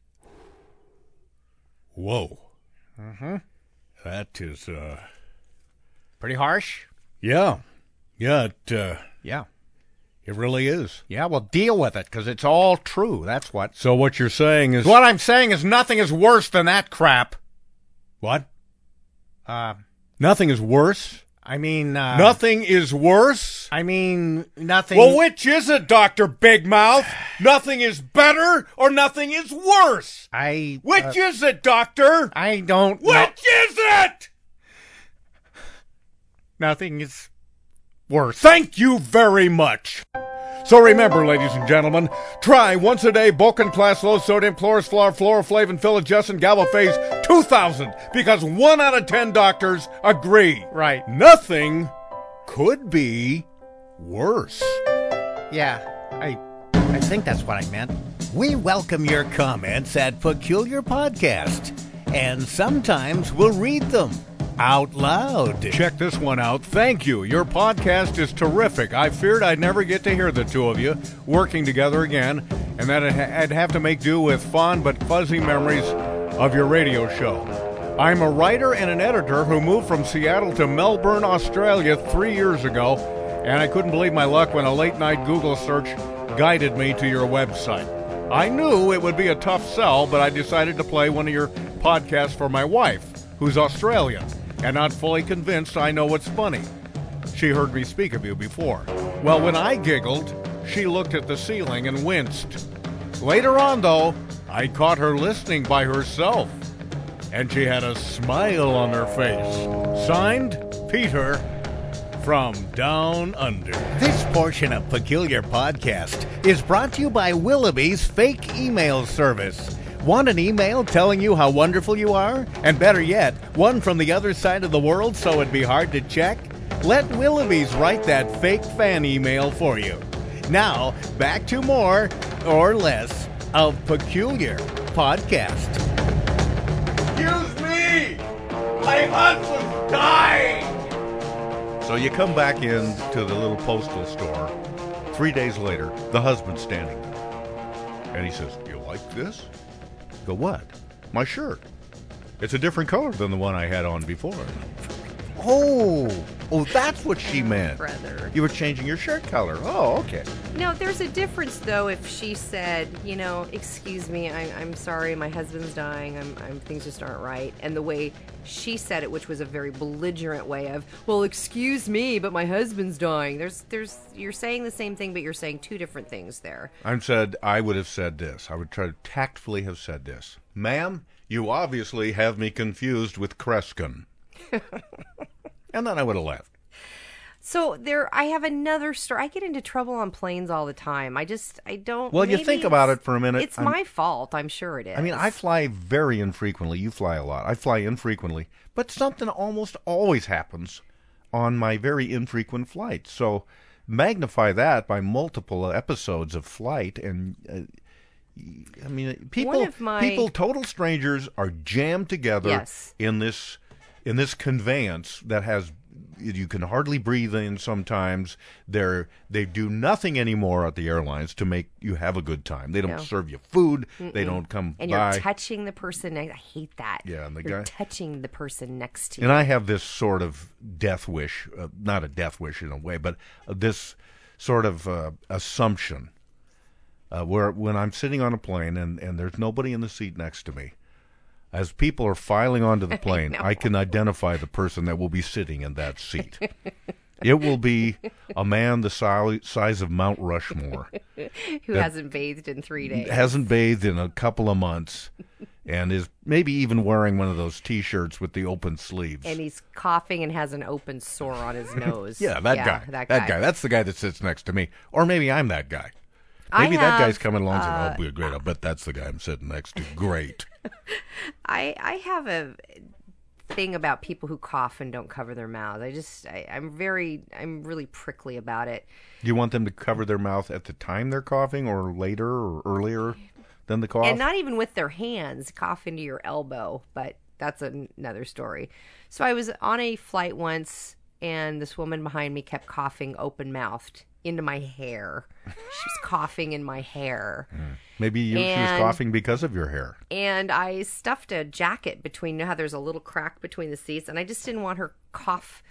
Speaker 10: Whoa.
Speaker 14: Mm-hmm.
Speaker 10: That is, uh,
Speaker 14: Pretty harsh.
Speaker 10: yeah. Yeah, it, uh,
Speaker 14: Yeah.
Speaker 10: it really is.
Speaker 14: Yeah, well, deal with it because it's all true. That's what.
Speaker 10: So what you're saying is.
Speaker 14: What I'm saying is nothing is worse than that crap.
Speaker 10: What?
Speaker 14: Uh,
Speaker 10: Nothing is worse?
Speaker 14: I mean, uh,
Speaker 10: nothing is worse?
Speaker 14: I mean, nothing.
Speaker 10: Well, which is it, Dr. Big Mouth? nothing is better or nothing is worse?
Speaker 14: I. uh,
Speaker 10: Which is it, Doctor?
Speaker 14: I don't.
Speaker 10: Which is it?
Speaker 14: Nothing is worse.
Speaker 10: Thank you very much. So remember, ladies and gentlemen, try once a day Vulcan Class Low Sodium Chlorosflor Fluoroflavin Phyllogestin Galbafase 2000 because one out of ten doctors agree.
Speaker 14: Right.
Speaker 10: Nothing could be worse.
Speaker 14: Yeah, I I think that's what I meant.
Speaker 15: We welcome your comments at Peculiar Podcast, and sometimes we'll read them out loud.
Speaker 10: Check this one out. Thank you. Your podcast is terrific. I feared I'd never get to hear the two of you working together again, and that I'd ha- I'd have to make do with fond but fuzzy memories of your radio show. I'm a writer and an editor who moved from Seattle to Melbourne, Australia three years ago, and I couldn't believe my luck when a late night Google search guided me to your website. I knew it would be a tough sell, but I decided to play one of your podcasts for my wife, who's Australian, and not fully convinced I know what's funny. She heard me speak of you before. Well, when I giggled, she looked at the ceiling and winced. Later on, though, I caught her listening by herself, and she had a smile on her face. Signed, Peter from Down Under.
Speaker 15: This portion of Peculiar Podcast is brought to you by Willoughby's fake email service. Want an email telling you how wonderful you are? And better yet, one from the other side of the world so it'd be hard to check? Let Willoughby's write that fake fan email for you. Now, back to more or less of Peculiar Podcast.
Speaker 10: Excuse me! My husband's dying!
Speaker 16: So you come back in to the little postal store. Three days later, the husband's standing there. And he says, You like this? I go, what? My shirt. It's a different color than the one I had on before. Oh, oh, that's what she meant.
Speaker 11: Brother.
Speaker 16: You were changing your shirt color. Oh, okay.
Speaker 11: No, there's a difference though. If she said, you know, excuse me, I'm, I'm sorry, my husband's dying, I'm, I'm, things just aren't right, and the way she said it, which was a very belligerent way of, well, excuse me, but my husband's dying. There's, there's, you're saying the same thing, but you're saying two different things there.
Speaker 16: I said I would have said this. I would try to tactfully have said this, ma'am. You obviously have me confused with Kreskin. and then I would have left.
Speaker 11: So there, I have another story. I get into trouble on planes all the time. I just, I don't.
Speaker 10: Well, you
Speaker 11: maybe
Speaker 10: think about
Speaker 11: it's-
Speaker 10: it for a minute.
Speaker 11: It's
Speaker 10: I'm-
Speaker 11: my fault. I'm sure it is.
Speaker 10: I mean, I fly very infrequently. You fly a lot. I fly infrequently, but something almost always happens on my very infrequent flights. So magnify that by multiple episodes of flight, and uh, y- I mean, uh, people
Speaker 11: of my-
Speaker 10: people total strangers are jammed together
Speaker 11: Yes.
Speaker 10: in this in this conveyance that has you can hardly breathe in sometimes they're they do nothing anymore at the airlines to make you have a good time they don't
Speaker 11: No.
Speaker 10: serve you food they
Speaker 11: Mm-mm.
Speaker 10: don't come
Speaker 11: and
Speaker 10: by
Speaker 11: you're touching the person. Next. I hate that.
Speaker 10: Yeah, and the
Speaker 11: you're
Speaker 10: guy-
Speaker 11: touching the person next to you.
Speaker 10: And I have this sort of death wish, uh, not a death wish in a way, but uh, this sort of uh, assumption uh, where when I'm sitting on a plane and, and there's nobody in the seat next to me, as people are filing onto the plane, I, can identify the person that will be sitting in that seat. it will be a man the si- size of Mount Rushmore
Speaker 11: who
Speaker 10: that-
Speaker 11: hasn't bathed in three days.
Speaker 10: hasn't bathed in a couple of months and is maybe even wearing one of those t-shirts with the open sleeves.
Speaker 11: and he's coughing and has an open sore on his nose.
Speaker 10: yeah, that guy.
Speaker 11: That guy.
Speaker 10: That guy. That's the guy that sits next to me. Or maybe I'm that guy.
Speaker 11: I
Speaker 10: Maybe that guy's
Speaker 11: have,
Speaker 10: coming along
Speaker 11: uh,
Speaker 10: saying, "Oh, great! I bet that's the guy I'm sitting next to." Great.
Speaker 11: I I have a thing about people who cough and don't cover their mouth. I just I, I'm very I'm really prickly about it.
Speaker 10: Do you want them to cover their mouth at the time they're coughing, or later, or earlier than the cough?
Speaker 11: And not even with their hands, cough into your elbow, but that's an- another story. So I was on a flight once and this woman behind me kept coughing open mouthed into my hair. She was coughing in my hair.
Speaker 10: Mm. maybe you, she was
Speaker 11: And-
Speaker 10: coughing because of your hair.
Speaker 11: and I stuffed a jacket between. You know how there's a little crack between the seats, and I just didn't want her cough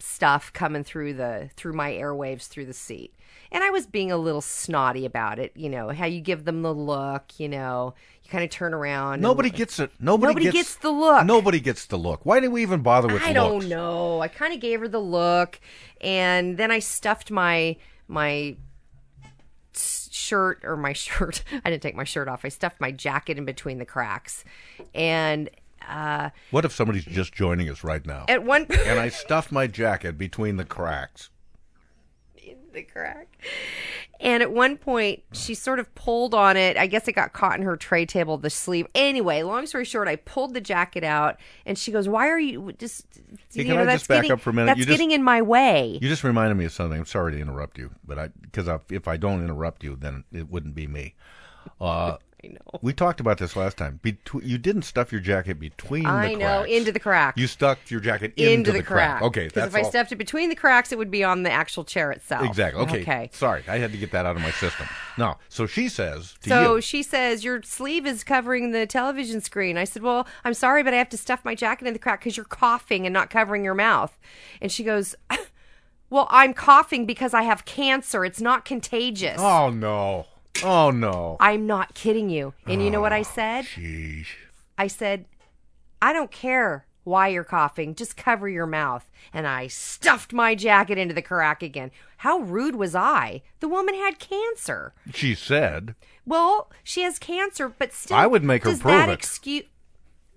Speaker 11: stuff coming through the through my airwaves through the seat. And I was being a little snotty about it. You know how you give them the look. You know you kind of turn around. and-
Speaker 10: Nobody gets it. Nobody,
Speaker 11: Nobody gets the look.
Speaker 10: Nobody gets the look. Why do we even bother with
Speaker 11: I
Speaker 10: looks?
Speaker 11: don't know. I kind of gave her the look, and then I stuffed my my s- shirt or my shirt. I didn't take my shirt off. I stuffed my jacket in between the cracks, and uh,
Speaker 10: What if somebody's just joining us right now?
Speaker 11: At one-
Speaker 10: and I stuffed my jacket between the cracks.
Speaker 11: the crack. And at one point, she sort of pulled on it. I guess it got caught in her tray table, the sleeve. Anyway, long story short, I pulled the jacket out, and she goes, "Why are you just?
Speaker 10: Hey,
Speaker 11: you
Speaker 10: can
Speaker 11: know,
Speaker 10: I
Speaker 11: that's
Speaker 10: just back
Speaker 11: getting,
Speaker 10: up for a minute?
Speaker 11: That's
Speaker 10: You just-
Speaker 11: getting in my way."
Speaker 10: You just reminded me of something. I'm sorry to interrupt you, but I because I, if I don't interrupt you, then it wouldn't be me. Uh,
Speaker 11: I know.
Speaker 10: We talked about this last time. Betwe- you didn't stuff your jacket between.
Speaker 11: I
Speaker 10: the
Speaker 11: know,
Speaker 10: cracks.
Speaker 11: into the crack.
Speaker 10: You stuck your jacket into,
Speaker 11: into, the,
Speaker 10: crack.
Speaker 11: crack.
Speaker 10: Okay,
Speaker 11: because
Speaker 10: that's
Speaker 11: if I
Speaker 10: all.
Speaker 11: stuffed it between the cracks, it would be on the actual chair itself.
Speaker 10: exactly. Okay.
Speaker 11: Okay.
Speaker 10: Sorry, I had to get that out of my system. Now, so she says to
Speaker 11: So
Speaker 10: you.
Speaker 11: she says your sleeve is covering the television screen. I said, "Well, I'm sorry, but I have to stuff my jacket in the crack because you're coughing and not covering your mouth." And she goes, "Well, I'm coughing because I have cancer. It's not contagious."
Speaker 10: Oh no! Oh no!
Speaker 11: I'm not kidding you. And you know what
Speaker 10: Oh,
Speaker 11: I said?
Speaker 10: Sheesh.
Speaker 11: I said, I don't care why you're coughing, just cover your mouth. And I stuffed my jacket into the crack again. How rude was I? The woman had cancer.
Speaker 10: She said.
Speaker 11: Well, she has cancer, but still.
Speaker 10: I would make her
Speaker 11: does
Speaker 10: prove
Speaker 11: that
Speaker 10: it.
Speaker 11: Excuse.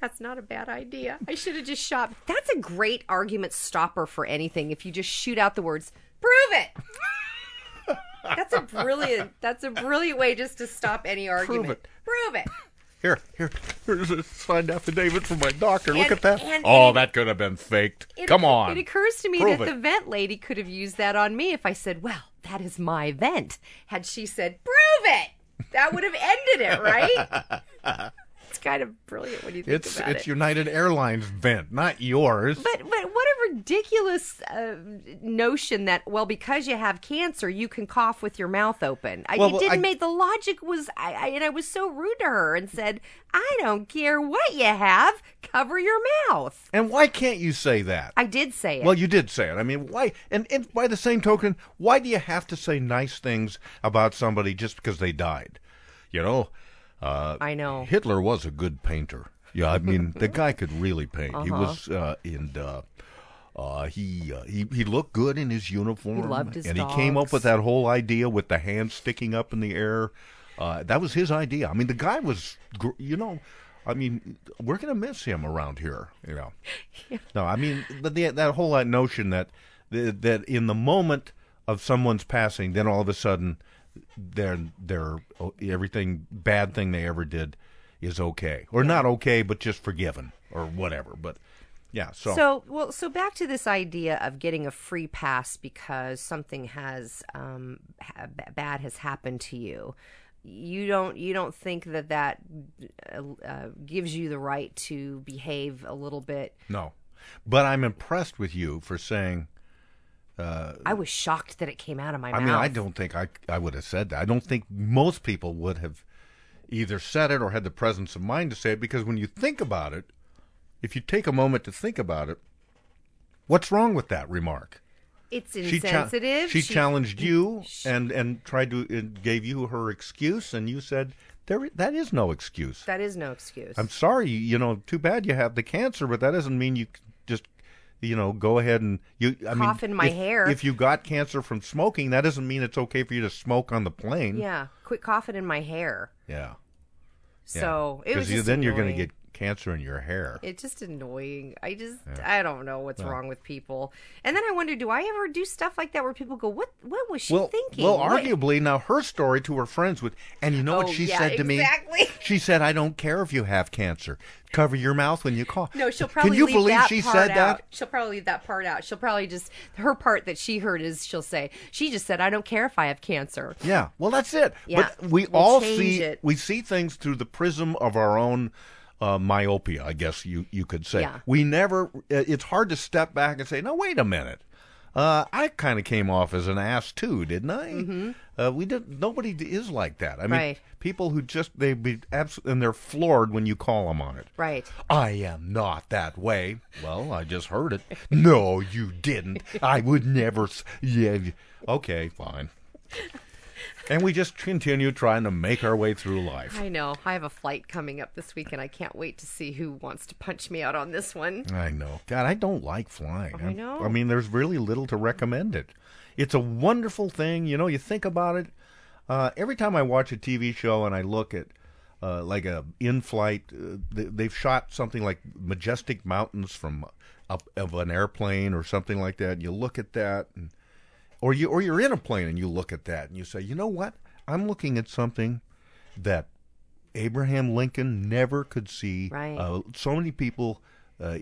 Speaker 11: That's not a bad idea. I should have just shot. That's a great argument stopper for anything. If you just shoot out the words, prove it. that's a brilliant. That's a brilliant way just to stop any argument.
Speaker 10: it.
Speaker 11: Prove it.
Speaker 10: Here, here, here's a signed affidavit from my doctor. Look
Speaker 11: And-
Speaker 10: at that.
Speaker 11: and-
Speaker 10: oh,
Speaker 11: and-
Speaker 10: that could have been faked.
Speaker 11: It-
Speaker 10: Come on.
Speaker 11: It occurs to me
Speaker 10: Prove
Speaker 11: that
Speaker 10: it.
Speaker 11: the vent lady could have used that on me if I said, "Well, that is my vent." Had she said, "Prove it," that would have ended it, right? it's kind of brilliant when you think
Speaker 10: It's
Speaker 11: about
Speaker 10: it's
Speaker 11: it.
Speaker 10: United Airlines vent, not yours.
Speaker 11: But but what a ridiculous uh, notion that well because you have cancer you can cough with your mouth open. I
Speaker 10: Well,
Speaker 11: it
Speaker 10: well,
Speaker 11: didn't
Speaker 10: I-
Speaker 11: make the logic was I, I and I was so rude to her and said I don't care what you have cover your mouth.
Speaker 10: and why can't you say that?
Speaker 11: I did say it.
Speaker 10: Well, you did say it. I mean, why? And, and by the same token, why do you have to say nice things about somebody just because they died? You know, uh,
Speaker 11: I know.
Speaker 10: Hitler was a good painter. Yeah, I mean, the guy could really paint. He
Speaker 11: Uh-huh.
Speaker 10: was, uh, and uh, uh, he, uh, he he looked good in his uniform.
Speaker 11: loved his
Speaker 10: and he came up
Speaker 11: dogs.
Speaker 10: with that whole idea with the hand sticking up in the air. Uh, that was his idea. I mean, the guy was, gr- you know, I mean, we're gonna miss him around here. You know. No, I mean, but the, that whole uh, notion that Th- That in the moment of someone's passing, then all of a sudden, their their oh, everything bad thing they ever did is okay, or not okay, but just forgiven or whatever. But yeah, so,
Speaker 11: well, so back to this idea of getting a free pass because something has um, ha- b- bad has happened to you. You don't you don't think that that uh, uh, gives you the right to behave a little bit.
Speaker 10: no, but I'm impressed with you for saying. Uh,
Speaker 11: I was shocked that it came out of my
Speaker 10: I
Speaker 11: mouth.
Speaker 10: mean, I don't think I I would have said that. I don't think most people would have either said it or had the presence of mind to say it because when you think about it, if you take a moment to think about it, what's wrong with that remark?
Speaker 11: It's
Speaker 10: She cha-
Speaker 11: insensitive.
Speaker 10: She, challenged you and and tried to and gave you her excuse, and you said there that is no excuse.
Speaker 11: That is no excuse.
Speaker 10: I'm sorry, you- you know, too bad you have the cancer, but that doesn't mean you can just, you know, go ahead and you. I
Speaker 11: Cough
Speaker 10: mean,
Speaker 11: in my
Speaker 10: if,
Speaker 11: hair.
Speaker 10: If you got cancer from smoking, that doesn't mean it's okay for you to smoke on the plane.
Speaker 11: Yeah, quit coughing in my hair.
Speaker 10: Yeah.
Speaker 11: So, it was
Speaker 10: Because you-
Speaker 11: just
Speaker 10: then you're going to
Speaker 11: annoying.
Speaker 10: get cancer in your hair.
Speaker 11: It's just annoying. I just
Speaker 10: Yeah.
Speaker 11: I don't know what's
Speaker 10: Yeah.
Speaker 11: wrong with people. And then I wonder, do I ever do stuff like that where people go, "What? What was she
Speaker 10: well,
Speaker 11: thinking?"
Speaker 10: well,
Speaker 11: What-
Speaker 10: arguably now her story to her friends would, and you know
Speaker 11: Oh,
Speaker 10: what she
Speaker 11: yeah,
Speaker 10: said to me?
Speaker 11: exactly.
Speaker 10: She said, "I don't care if you have cancer. Cover your mouth when you cough."
Speaker 11: No, she'll probably.
Speaker 10: Can you
Speaker 11: leave
Speaker 10: believe
Speaker 11: that
Speaker 10: she
Speaker 11: part
Speaker 10: said
Speaker 11: out.
Speaker 10: that?
Speaker 11: She'll probably leave that part out. She'll probably just her part that she heard is she'll say she just said, "I don't care if I have cancer."
Speaker 10: Yeah. Well, that's it.
Speaker 11: Yeah.
Speaker 10: But we
Speaker 11: We'll
Speaker 10: all
Speaker 11: change
Speaker 10: see
Speaker 11: it.
Speaker 10: we see things through the prism of our own uh, myopia. I guess you you could say
Speaker 11: Yeah.
Speaker 10: we never. uh, It's hard to step back and say, "No, wait a minute." Uh, I kind of came off as an ass too, didn't I?
Speaker 11: Mhm.
Speaker 10: Uh, we did. Nobody d- is like that. I mean,
Speaker 11: Right.
Speaker 10: people who just they be abs- and they're floored when you call them on it.
Speaker 11: Right.
Speaker 10: I am not that way. Well, I just heard it. No, you didn't. I would never. s- Yeah. you- Okay, fine. And we just continue trying to make our way through life.
Speaker 11: I know. I have a flight coming up this week, and I can't wait to see who wants to punch me out on this one.
Speaker 10: I know. God, I don't like flying.
Speaker 11: I know.
Speaker 10: I mean, there's really little to recommend it. It's a wonderful thing. You know, you think about it. Uh, every time I watch a TV show and I look at uh, like a in-flight, uh, they, they've shot something like majestic mountains from up of an airplane or something like that. And you look at that, and, or you or you're in a plane and you look at that and you say, you know what? I'm looking at something that Abraham Lincoln never could see.
Speaker 11: Right.
Speaker 10: Uh, so many people uh,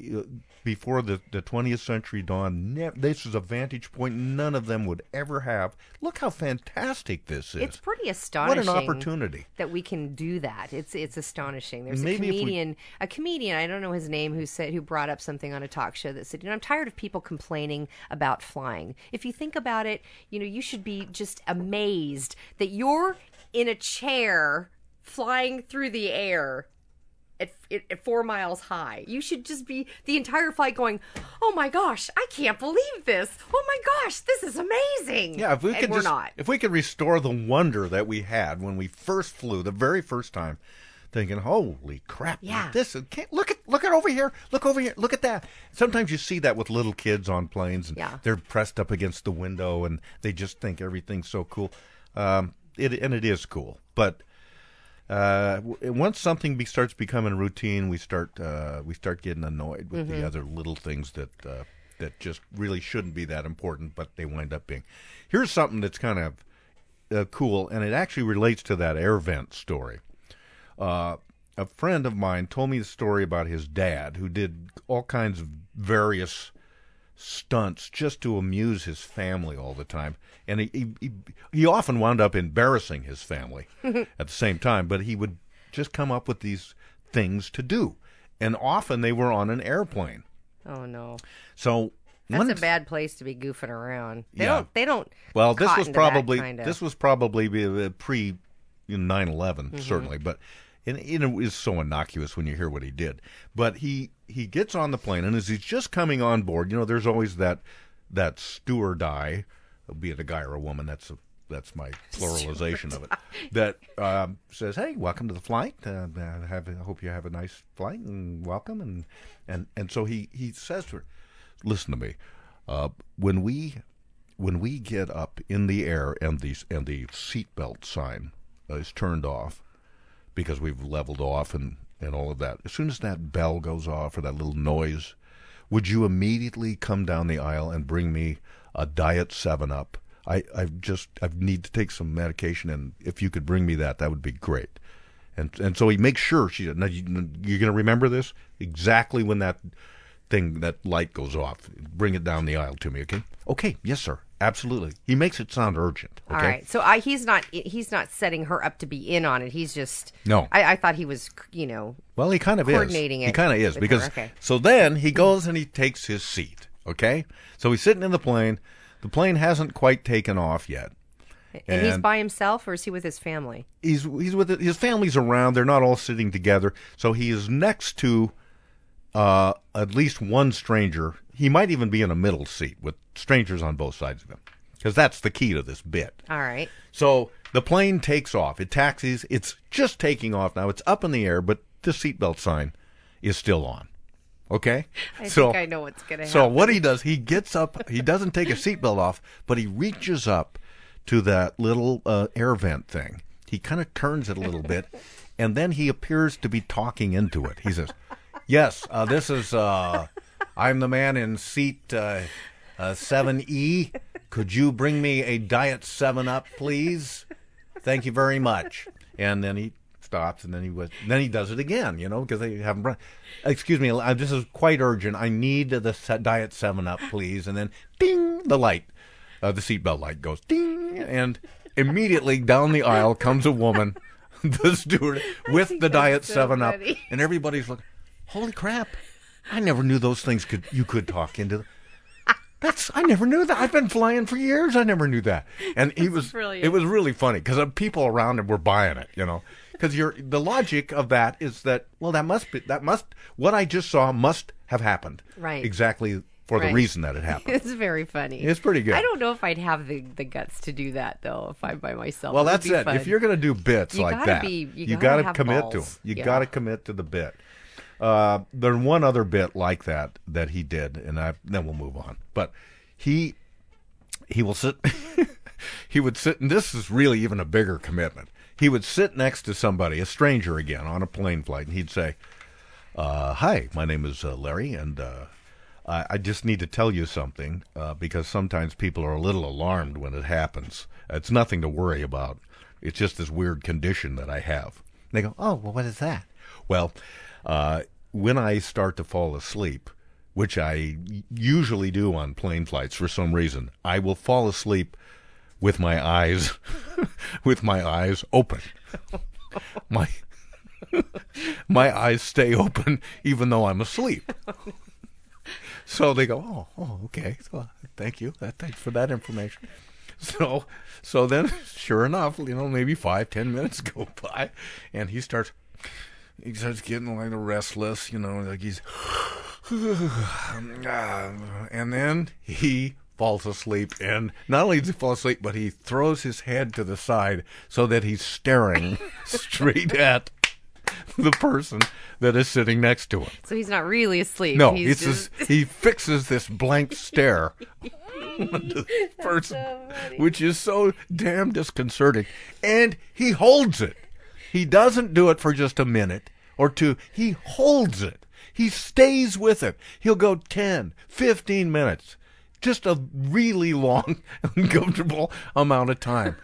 Speaker 10: before the, the 20th century dawn, nev- this is a vantage point none of them would ever have. Look how fantastic this is.
Speaker 11: It's pretty astonishing.
Speaker 10: opportunity.
Speaker 11: that we can do that. It's it's astonishing. There's
Speaker 10: Maybe
Speaker 11: a
Speaker 10: if we-
Speaker 11: comedian, a comedian. I don't know his name who said who brought up something on a talk show that said, you know, I'm tired of people complaining about flying. If you think about it, you know, you should be just amazed that you're in a chair flying through the air. At, at, at four miles high, you should just be the entire flight going, "Oh my gosh, I can't believe this! Oh my gosh, this is amazing!"
Speaker 10: Yeah, if we
Speaker 11: and
Speaker 10: could
Speaker 11: we're
Speaker 10: just,
Speaker 11: not.
Speaker 10: if we could restore the wonder that we had when we first flew the very first time, thinking, "Holy crap!
Speaker 11: Yeah.
Speaker 10: this is- can't, look at look at over here, look over here, look at that." Sometimes you see that with little kids on planes, and
Speaker 11: Yeah.
Speaker 10: they're pressed up against the window, and they just think everything's so cool. Um, it and it is cool, but uh, w- once something be, starts becoming routine, we start uh, we start getting annoyed with
Speaker 11: Mhm.
Speaker 10: the other little things that uh, that just really shouldn't be that important, but they wind up being. Here's something that's kind of uh, cool, and it actually relates to that air vent story. Uh, a friend of mine told me the story about his dad, who did all kinds of various stunts just to amuse his family all the time, and he he, he, he often wound up embarrassing his family at the same time, but he would just come up with these things to do. And often they were on an airplane.
Speaker 11: oh no.
Speaker 10: So
Speaker 11: That's
Speaker 10: one
Speaker 11: a bad place to be goofing around. They
Speaker 10: Yeah.
Speaker 11: don't. They don't.
Speaker 10: well, this
Speaker 11: cotton
Speaker 10: was
Speaker 11: to that
Speaker 10: probably
Speaker 11: kinda-
Speaker 10: this was probably be- uh, pre you know, 9/11
Speaker 11: Mhm.
Speaker 10: certainly, but and, and it is so innocuous when you hear what he did. But he he gets on the plane and as he's just coming on board, you know, there's always that that steward eye, be it a guy or a woman. That's a, that's my pluralization of it. That um, says, "Hey, welcome to the flight. Uh, uh, have I hope you have a nice flight and welcome." And and and so he he says to her, "Listen to me. Uh, when we when we get up in the air and the and the seatbelt sign is turned off because we've leveled off and and all of that. As soon as that bell goes off or that little noise, would you immediately come down the aisle and bring me a diet Seven Up. I I just I need to take some medication, and if you could bring me that, that would be great. And and so he makes sure she. Now you, you're going to remember this exactly when that thing that light goes off. Bring it down the aisle to me, okay? Okay, yes, sir. Absolutely. He makes it sound urgent. Okay?
Speaker 11: All right. So I, he's not he's not setting her up to be in on it. He's just
Speaker 10: No.
Speaker 11: I, I thought he was you know
Speaker 10: Well, he kind of
Speaker 11: coordinating
Speaker 10: is.
Speaker 11: it.
Speaker 10: He kind of is
Speaker 11: with
Speaker 10: because
Speaker 11: her. okay.
Speaker 10: so then he goes and he takes his seat. Okay, so he's sitting in the plane. The plane hasn't quite taken off yet,
Speaker 11: And, he's by himself or is he with his family?
Speaker 10: he's he's with his family's around. They're not all sitting together, so he is next to uh, at least one stranger. He might even be in a middle seat with strangers on both sides of him, because that's the key to this bit.
Speaker 11: All right.
Speaker 10: So the plane takes off. It taxis. It's just taking off now. It's up in the air, but the seatbelt sign is still on. Okay?
Speaker 11: I think I know what's gonna
Speaker 10: So
Speaker 11: happen.
Speaker 10: what he does, he gets up. He doesn't take his seatbelt off, but he reaches up to that little uh, air vent thing. He kind of turns it a little bit, and then he appears to be talking into it. He says, Yes, uh, this is. Uh, I'm the man in seat uh, uh, 7E. Could you bring me a Diet 7 Up, please? Thank you very much. And then he stops, and then he was, then he does it again, you know, because they haven't. Run. Excuse me, I, this is quite urgent. I need the se- Diet 7 Up, please. And then ding, the light, uh, the seatbelt light goes ding, and immediately down the aisle comes a woman, the steward, with the Diet 7 Up,
Speaker 11: funny.
Speaker 10: and everybody's looking. Holy crap! I never knew those things could you could talk into. That's I never knew that. I've been flying for years. I never knew that. And he was
Speaker 17: brilliant.
Speaker 10: it was really funny because people around him were buying it, you know. Because your the logic of that is that well that must be that must what I just saw must have happened
Speaker 11: Right.
Speaker 10: exactly for
Speaker 11: Right.
Speaker 10: the reason that it happened.
Speaker 11: It's very funny.
Speaker 10: It's pretty good.
Speaker 11: I don't know if I'd have the, the guts to do that though if I'm by myself.
Speaker 10: Well,
Speaker 11: It would
Speaker 10: that's
Speaker 11: be
Speaker 10: it. If
Speaker 11: fun.
Speaker 10: you're going to do bits
Speaker 11: You
Speaker 10: like
Speaker 11: gotta
Speaker 10: that,
Speaker 11: be- you gotta
Speaker 10: gotta
Speaker 11: have
Speaker 10: commit to
Speaker 11: balls.
Speaker 10: them. You
Speaker 11: Yeah.
Speaker 10: got to commit to the bit. Uh, there's one other bit like that that he did, and I then we'll move on. But he he will sit. he would sit, and this is really even a bigger commitment. He would sit next to somebody, a stranger again, on a plane flight, and he'd say, uh, "Hi, my name is uh, Larry, and uh, I, I just need to tell you something uh, because sometimes people are a little alarmed when it happens. It's nothing to worry about. It's just this weird condition that I have." And they go, "Oh, well, what is that?" Well, uh, when I start to fall asleep, which I usually do on plane flights for some reason, I will fall asleep with my eyes with my eyes open. my my eyes stay open even though I'm asleep. So they go, oh, oh, okay. So thank you. Uh, Thanks for that information. So, so then, sure enough, you know, maybe five, ten minutes go by, and he starts, he starts getting like restless, you know, like he's, and then he falls asleep. And not only does he fall asleep, but he throws his head to the side so that he's staring straight at the person that is sitting next to him.
Speaker 11: so he's not really asleep.
Speaker 10: No,
Speaker 11: he's
Speaker 10: it's
Speaker 11: just,
Speaker 10: this, he fixes this blank stare onto this person, which is so damn disconcerting. And he holds it. He doesn't do it for just a minute or two. He holds it. He stays with it. He'll go 10, 15 minutes, just a really long, uncomfortable amount of time.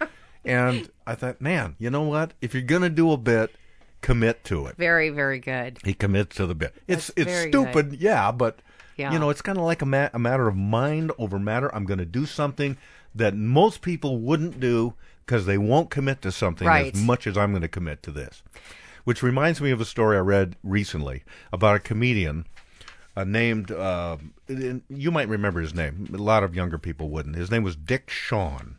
Speaker 10: And I thought, man, you know what? If you're going to do a bit, commit to it.
Speaker 11: very very good.
Speaker 10: He commits to the bit. It's
Speaker 11: That's
Speaker 10: it's
Speaker 11: very
Speaker 10: stupid,
Speaker 11: good.
Speaker 10: yeah, but
Speaker 11: Yeah.
Speaker 10: you know, it's kind of like a, ma- a matter of mind over matter. I'm going to do something that most people wouldn't do because they won't commit to something
Speaker 11: Right.
Speaker 10: as much as I'm going to commit to this. Which reminds me of a story I read recently about a comedian uh, named uh, and you might remember his name. A lot of younger people wouldn't. His name was Dick Shawn.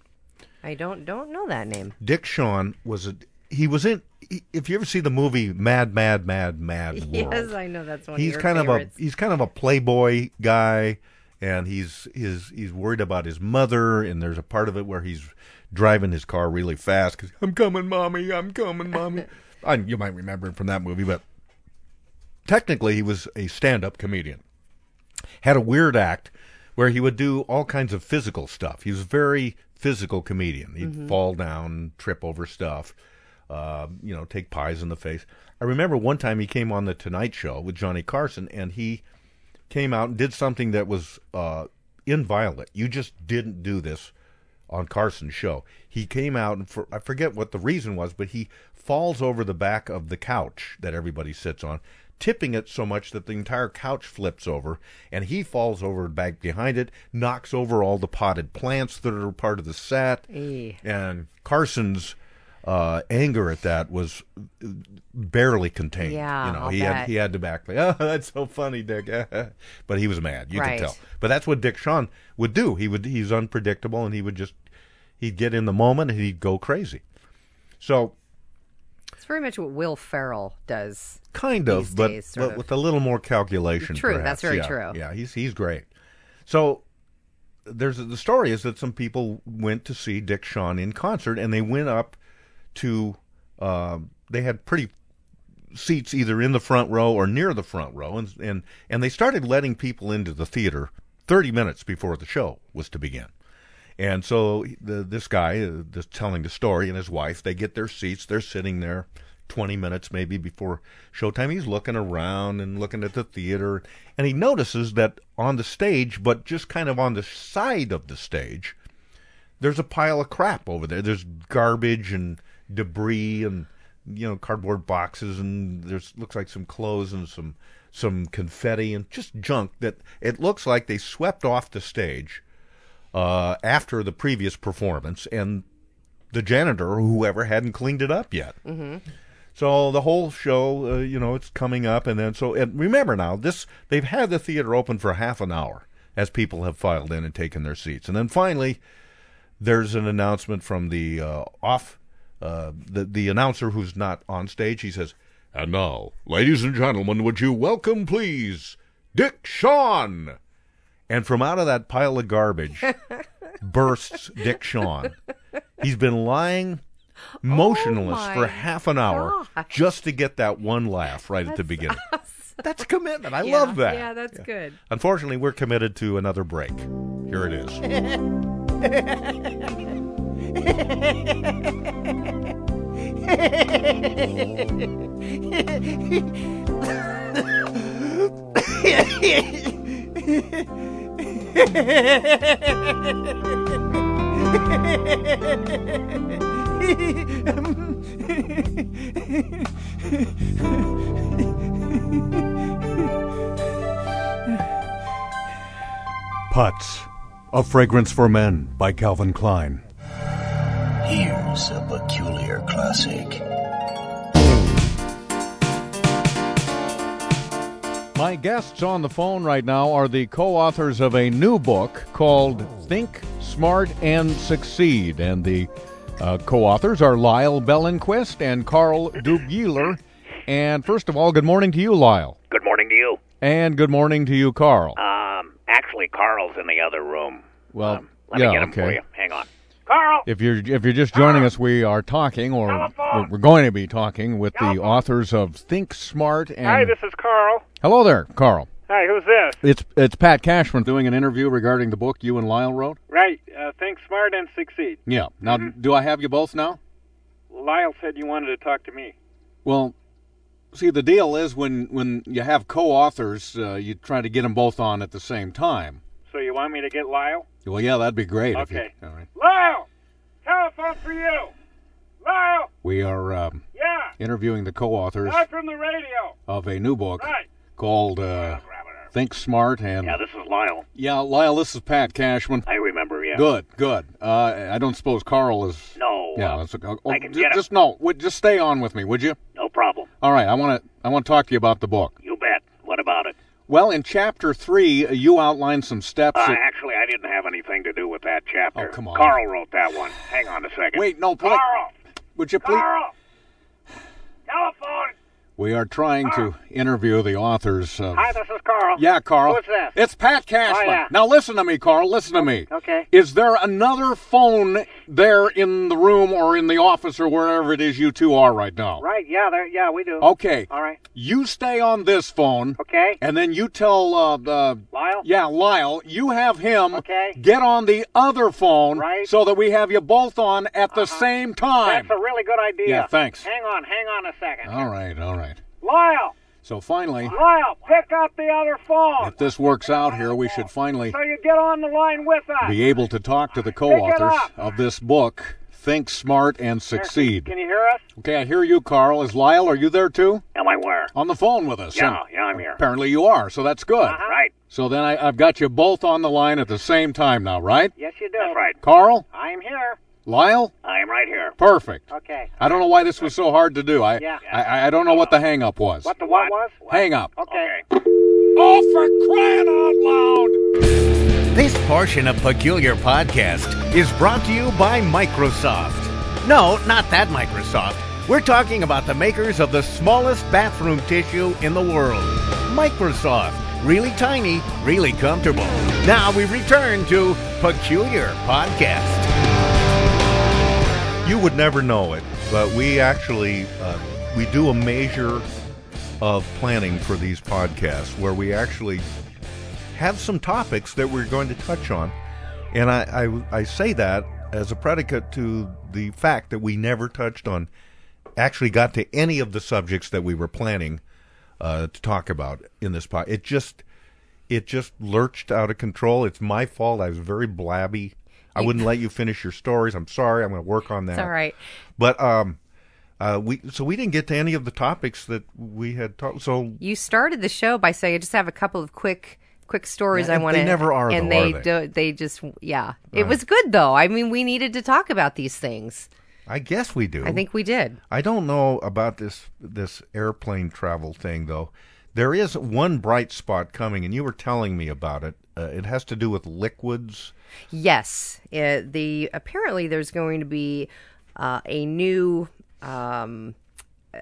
Speaker 11: I don't don't know that name.
Speaker 10: Dick Shawn was a he was in. he- If you ever see the movie Mad Mad Mad Mad World,
Speaker 11: Yes, I know that's one
Speaker 10: he's
Speaker 11: of your
Speaker 10: kind
Speaker 11: favorites.
Speaker 10: of a he's kind of a playboy guy, and he's his he's worried about his mother, and there's a part of it where he's driving his car really fast 'cause, I'm coming, mommy. I'm coming, mommy. I, you might remember him from that movie, but technically he was a stand-up comedian. Had a weird act where he would do all kinds of physical stuff. He was a very physical comedian. He'd
Speaker 17: Mhm.
Speaker 10: fall down, trip over stuff, uh, you know, take pies in the face. I remember one time he came on the Tonight Show with Johnny Carson, and he came out and did something that was uh, inviolate. You just didn't do this on Carson's show. He came out and for, I forget what the reason was, but he falls over the back of the couch that everybody sits on, tipping it so much that the entire couch flips over, and he falls over back behind it, knocks over all the potted plants that are part of the set,
Speaker 11: Eh.
Speaker 10: and Carson's uh, anger at that was barely contained.
Speaker 11: Yeah,
Speaker 10: you know,
Speaker 11: I'll
Speaker 10: he had
Speaker 11: bet.
Speaker 10: he had to back like, oh, that's so funny, Dick. but he was mad. You
Speaker 11: Right.
Speaker 10: can tell. But that's what Dick Shawn would do. He would he's unpredictable, and he would just he'd get in the moment and he'd go crazy. So
Speaker 11: It's very much what Will Ferrell does.
Speaker 10: kind of,
Speaker 11: these
Speaker 10: but,
Speaker 11: days, sort
Speaker 10: but
Speaker 11: of.
Speaker 10: with a little more calculation.
Speaker 11: True,
Speaker 10: perhaps.
Speaker 11: that's very
Speaker 10: Yeah,
Speaker 11: true.
Speaker 10: Yeah, he's he's great. So there's the story is that some people went to see Dick Shawn in concert, and they went up to um they had pretty seats either in the front row or near the front row, and and and they started letting people into the theater 30 minutes before the show was to begin. And so the, this guy uh, that's telling the story and his wife, they get their seats. They're sitting there 20 minutes maybe before showtime. He's looking around and looking at the theater. And he notices that on the stage, but just kind of on the side of the stage, there's a pile of crap over there. There's garbage and debris and you know cardboard boxes and there's looks like some clothes and some some confetti and just junk that it looks like they swept off the stage uh, after the previous performance and the janitor or whoever hadn't cleaned it up yet.
Speaker 11: Mm-hmm.
Speaker 10: So the whole show, uh, you know, it's coming up, and then so and remember now, this they've had the theater open for half an hour as people have filed in and taken their seats, and then finally, there's an announcement from the uh, off uh, the the announcer who's not on stage. He says, "And now, ladies and gentlemen, would you welcome, please, Dick Shawn?" And from out of that pile of garbage bursts Dick Shawn. He's been lying motionless
Speaker 11: my
Speaker 10: for half an hour just to get that one laugh right at the
Speaker 11: That's
Speaker 10: beginning.
Speaker 11: That's
Speaker 10: commitment. I love that.
Speaker 11: Yeah, that's good.
Speaker 10: Unfortunately, we're committed to another break. Here it is.
Speaker 13: Putz, a fragrance for men by Calvin Klein.
Speaker 17: Here's a peculiar classic.
Speaker 13: My guests on the phone right now are the co authors of a new book called Think Smart and Succeed. And the uh, co authors are Lyle Bellenquist and Carl Dubieler. And first of all, good morning to you, Lyle.
Speaker 18: Good morning to you.
Speaker 13: And good morning to you, Carl.
Speaker 18: Um, actually, Carl's in the other room. Um,
Speaker 14: Oh,
Speaker 13: Well,
Speaker 14: Um,
Speaker 18: Let
Speaker 13: yeah,
Speaker 18: me get him
Speaker 13: okay.
Speaker 18: for you. Hang on. Carl.
Speaker 13: If you're if you're just joining us, we are talking, or we're- we're going to be talking with the authors of Think Smart and.
Speaker 19: Hi, this is Carl.
Speaker 13: Hello there, Carl.
Speaker 19: Hi, who's this?
Speaker 13: It's it's Pat Cashman doing an interview regarding the book you and Lyle wrote.
Speaker 19: Right. Uh, think smart and succeed.
Speaker 13: Yeah. Now, do I have you both now?
Speaker 19: Lyle said you wanted to talk to me.
Speaker 13: Well, see, the deal is when when you have co-authors, uh, you try to get them both on at the same time.
Speaker 19: So you want me to get Lyle?
Speaker 13: Well, yeah, that'd be great. if you-
Speaker 19: Okay.
Speaker 13: all right.
Speaker 19: Lyle! Telephone for you! Lyle!
Speaker 13: We are um,
Speaker 19: Yeah!
Speaker 13: interviewing the co-authors
Speaker 19: Live from the radio!
Speaker 13: of a new book
Speaker 19: Right.
Speaker 13: called uh, "Think Smart" and
Speaker 18: Yeah, this is Lyle.
Speaker 13: Yeah, Lyle. This is Pat Cashman.
Speaker 18: I remember. Yeah.
Speaker 13: Good, good. Uh, I don't suppose Carl is.
Speaker 18: No.
Speaker 13: Yeah, that's okay. Oh,
Speaker 18: I can
Speaker 13: ju-
Speaker 18: get him.
Speaker 13: just no. Would just stay on with me, would you?
Speaker 18: No problem.
Speaker 13: All right, I want to. I want to talk to you about the book.
Speaker 18: You bet. What about it?
Speaker 13: Well, in chapter three, uh, you outline some steps.
Speaker 18: Uh,
Speaker 13: that-
Speaker 18: actually, I didn't have anything to do with that chapter.
Speaker 13: Oh, come on.
Speaker 18: Carl wrote that one. Hang on a second.
Speaker 13: Wait, no, please.
Speaker 18: Carl.
Speaker 13: Would you please?
Speaker 18: Carl. Telephone.
Speaker 13: We are trying to interview the authors. Of...
Speaker 18: Hi, this is Carl.
Speaker 13: Yeah, Carl.
Speaker 18: Who's this?
Speaker 13: It's Pat Cashman.
Speaker 18: Oh, yeah.
Speaker 13: Now listen to me, Carl. Listen to me.
Speaker 18: Okay.
Speaker 13: Is there another phone there in the room or in the office or wherever it is you two are right now?
Speaker 19: Right, yeah, there, yeah, we do.
Speaker 13: Okay.
Speaker 19: All right.
Speaker 13: You stay on this phone.
Speaker 19: Okay.
Speaker 13: And then you tell uh, uh
Speaker 19: Lyle?
Speaker 13: Yeah, Lyle. You have him.
Speaker 19: Okay.
Speaker 13: Get on the other phone.
Speaker 19: Right.
Speaker 13: So that we have you both on at the same time.
Speaker 19: Uh-huh. That's a really good idea.
Speaker 13: Yeah, thanks.
Speaker 19: Hang on, hang on a second.
Speaker 13: All right. All right.
Speaker 19: Lyle!
Speaker 13: So finally,
Speaker 19: Lyle, pick up the other phone.
Speaker 13: if this works out here, we should finally
Speaker 19: So you get on the line with us.
Speaker 13: be able to talk to the co-authors of this book, Think Smart and Succeed.
Speaker 19: Can you hear us?
Speaker 13: Okay, I hear you, Carl. Is Lyle? Are you there too?
Speaker 19: Am I where?
Speaker 13: On the phone with us.
Speaker 19: Yeah,
Speaker 13: huh?
Speaker 19: yeah, I'm here. Uh-huh.
Speaker 13: Apparently you are, so that's good.
Speaker 19: Right.
Speaker 13: So then I, I've got you both on the line at the same time now, right?
Speaker 19: Yes, you do. That's right.
Speaker 13: Carl,
Speaker 19: I'm here.
Speaker 13: Lyle.
Speaker 19: I'm right here.
Speaker 13: Perfect.
Speaker 19: Okay.
Speaker 13: I don't know why this was so hard to do. I
Speaker 19: Yeah.
Speaker 13: I, I don't know what the hang up was.
Speaker 19: What the what was?
Speaker 13: Hang up.
Speaker 19: Okay.
Speaker 13: Oh, for crying out loud!
Speaker 20: This portion of Peculiar Podcast is brought to you by Microsoft. No, not that Microsoft. We're talking about the makers of the smallest bathroom tissue in the world. Microsoft. Really tiny, really comfortable. Now we return to Peculiar Podcast.
Speaker 10: You would never know it, but we actually uh, we do a measure of planning for these podcasts where we actually have some topics that we're going to touch on, and I I, I say that as a predicate to the fact that we never touched on actually got to any of the subjects that we were planning uh, to talk about in this pod. It just it just lurched out of control. It's my fault. I was very blabby. I wouldn't let you finish your stories. I'm sorry. I'm going to work on that.
Speaker 11: It's all right.
Speaker 10: But um, uh, we so we didn't get to any of the topics that we had talked. So
Speaker 11: You started the show by saying I just have a couple of quick quick stories
Speaker 10: Yeah,
Speaker 11: I
Speaker 10: and
Speaker 11: want to
Speaker 10: they never are,
Speaker 11: and
Speaker 10: though,
Speaker 11: they
Speaker 10: are
Speaker 11: do they just yeah. It
Speaker 10: Right.
Speaker 11: was good though. I mean, we needed to talk about these things.
Speaker 10: I guess we do.
Speaker 11: I think we did.
Speaker 10: I don't know about this this airplane travel thing though. There is one bright spot coming, and you were telling me about it. Uh, it has to do with liquids.
Speaker 11: Yes, uh, the apparently there's going to be uh, a new um, uh,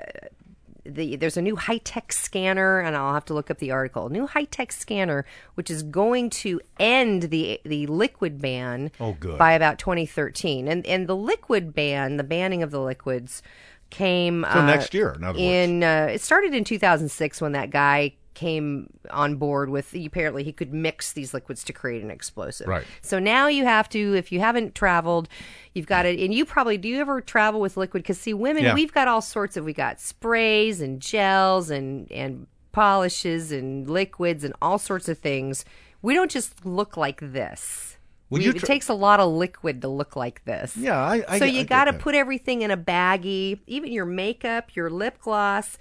Speaker 11: the there's a new high tech scanner, and I'll have to look up the article. New high tech scanner, which is going to end the the liquid ban
Speaker 10: Oh, good.
Speaker 11: by about 2013, and and the liquid ban, the banning of the liquids, came uh,
Speaker 10: So next year, in other words.
Speaker 11: in uh, it started in 2006 when that guy came on board with apparently he could mix these liquids to create an explosive
Speaker 10: Right.
Speaker 11: so now you have to if you haven't traveled you've got it and you probably do you ever travel with liquid because see women
Speaker 10: Yeah.
Speaker 11: we've got all sorts of we got sprays and gels and and polishes and liquids and all sorts of things we don't just look like this
Speaker 10: Would
Speaker 11: We-
Speaker 10: you
Speaker 11: it
Speaker 10: tr-
Speaker 11: takes a lot of liquid to look like this
Speaker 10: Yeah, I- I-
Speaker 11: so
Speaker 10: I
Speaker 11: you
Speaker 10: get
Speaker 11: got to
Speaker 10: that.
Speaker 11: put everything in a baggie, even your makeup, your lip gloss,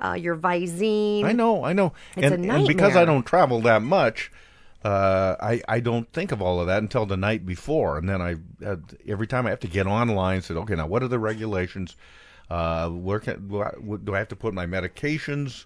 Speaker 11: uh, your Visine.
Speaker 10: I know, I know,
Speaker 11: It's
Speaker 10: and,
Speaker 11: a nightmare.
Speaker 10: and because I don't travel that much, uh, I I don't think of all of that until the night before, and then I uh, every time I have to get online and said, okay, now what are the regulations? Uh, where can do I, do I have to put my medications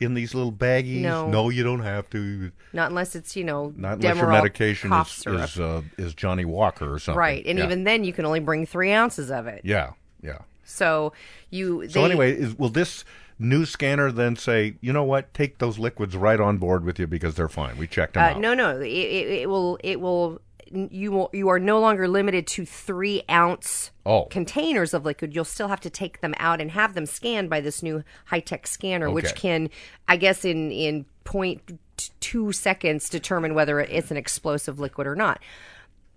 Speaker 10: in these little baggies?
Speaker 11: No.
Speaker 10: you don't have to.
Speaker 11: Not unless it's you know
Speaker 10: Not unless your
Speaker 11: Demerol
Speaker 10: medication
Speaker 11: cough
Speaker 10: is
Speaker 11: syrup.
Speaker 10: is, uh, is Johnny Walker or something,
Speaker 11: right, and
Speaker 10: Yeah.
Speaker 11: even then you can only bring three ounces of it.
Speaker 10: yeah, yeah.
Speaker 11: So you.
Speaker 10: So
Speaker 11: they-
Speaker 10: anyway, is, will this new scanner then say, you know what, take those liquids right on board with you because they're fine. We checked them
Speaker 11: uh,
Speaker 10: out.
Speaker 11: no, no, it, it, it will. It will. You will. You are no longer limited to three ounce.
Speaker 10: Oh.
Speaker 11: Containers of liquid, you'll still have to take them out and have them scanned by this new high tech scanner, which
Speaker 10: Okay.
Speaker 11: can, I guess, in in point two seconds, determine whether it's an explosive liquid or not.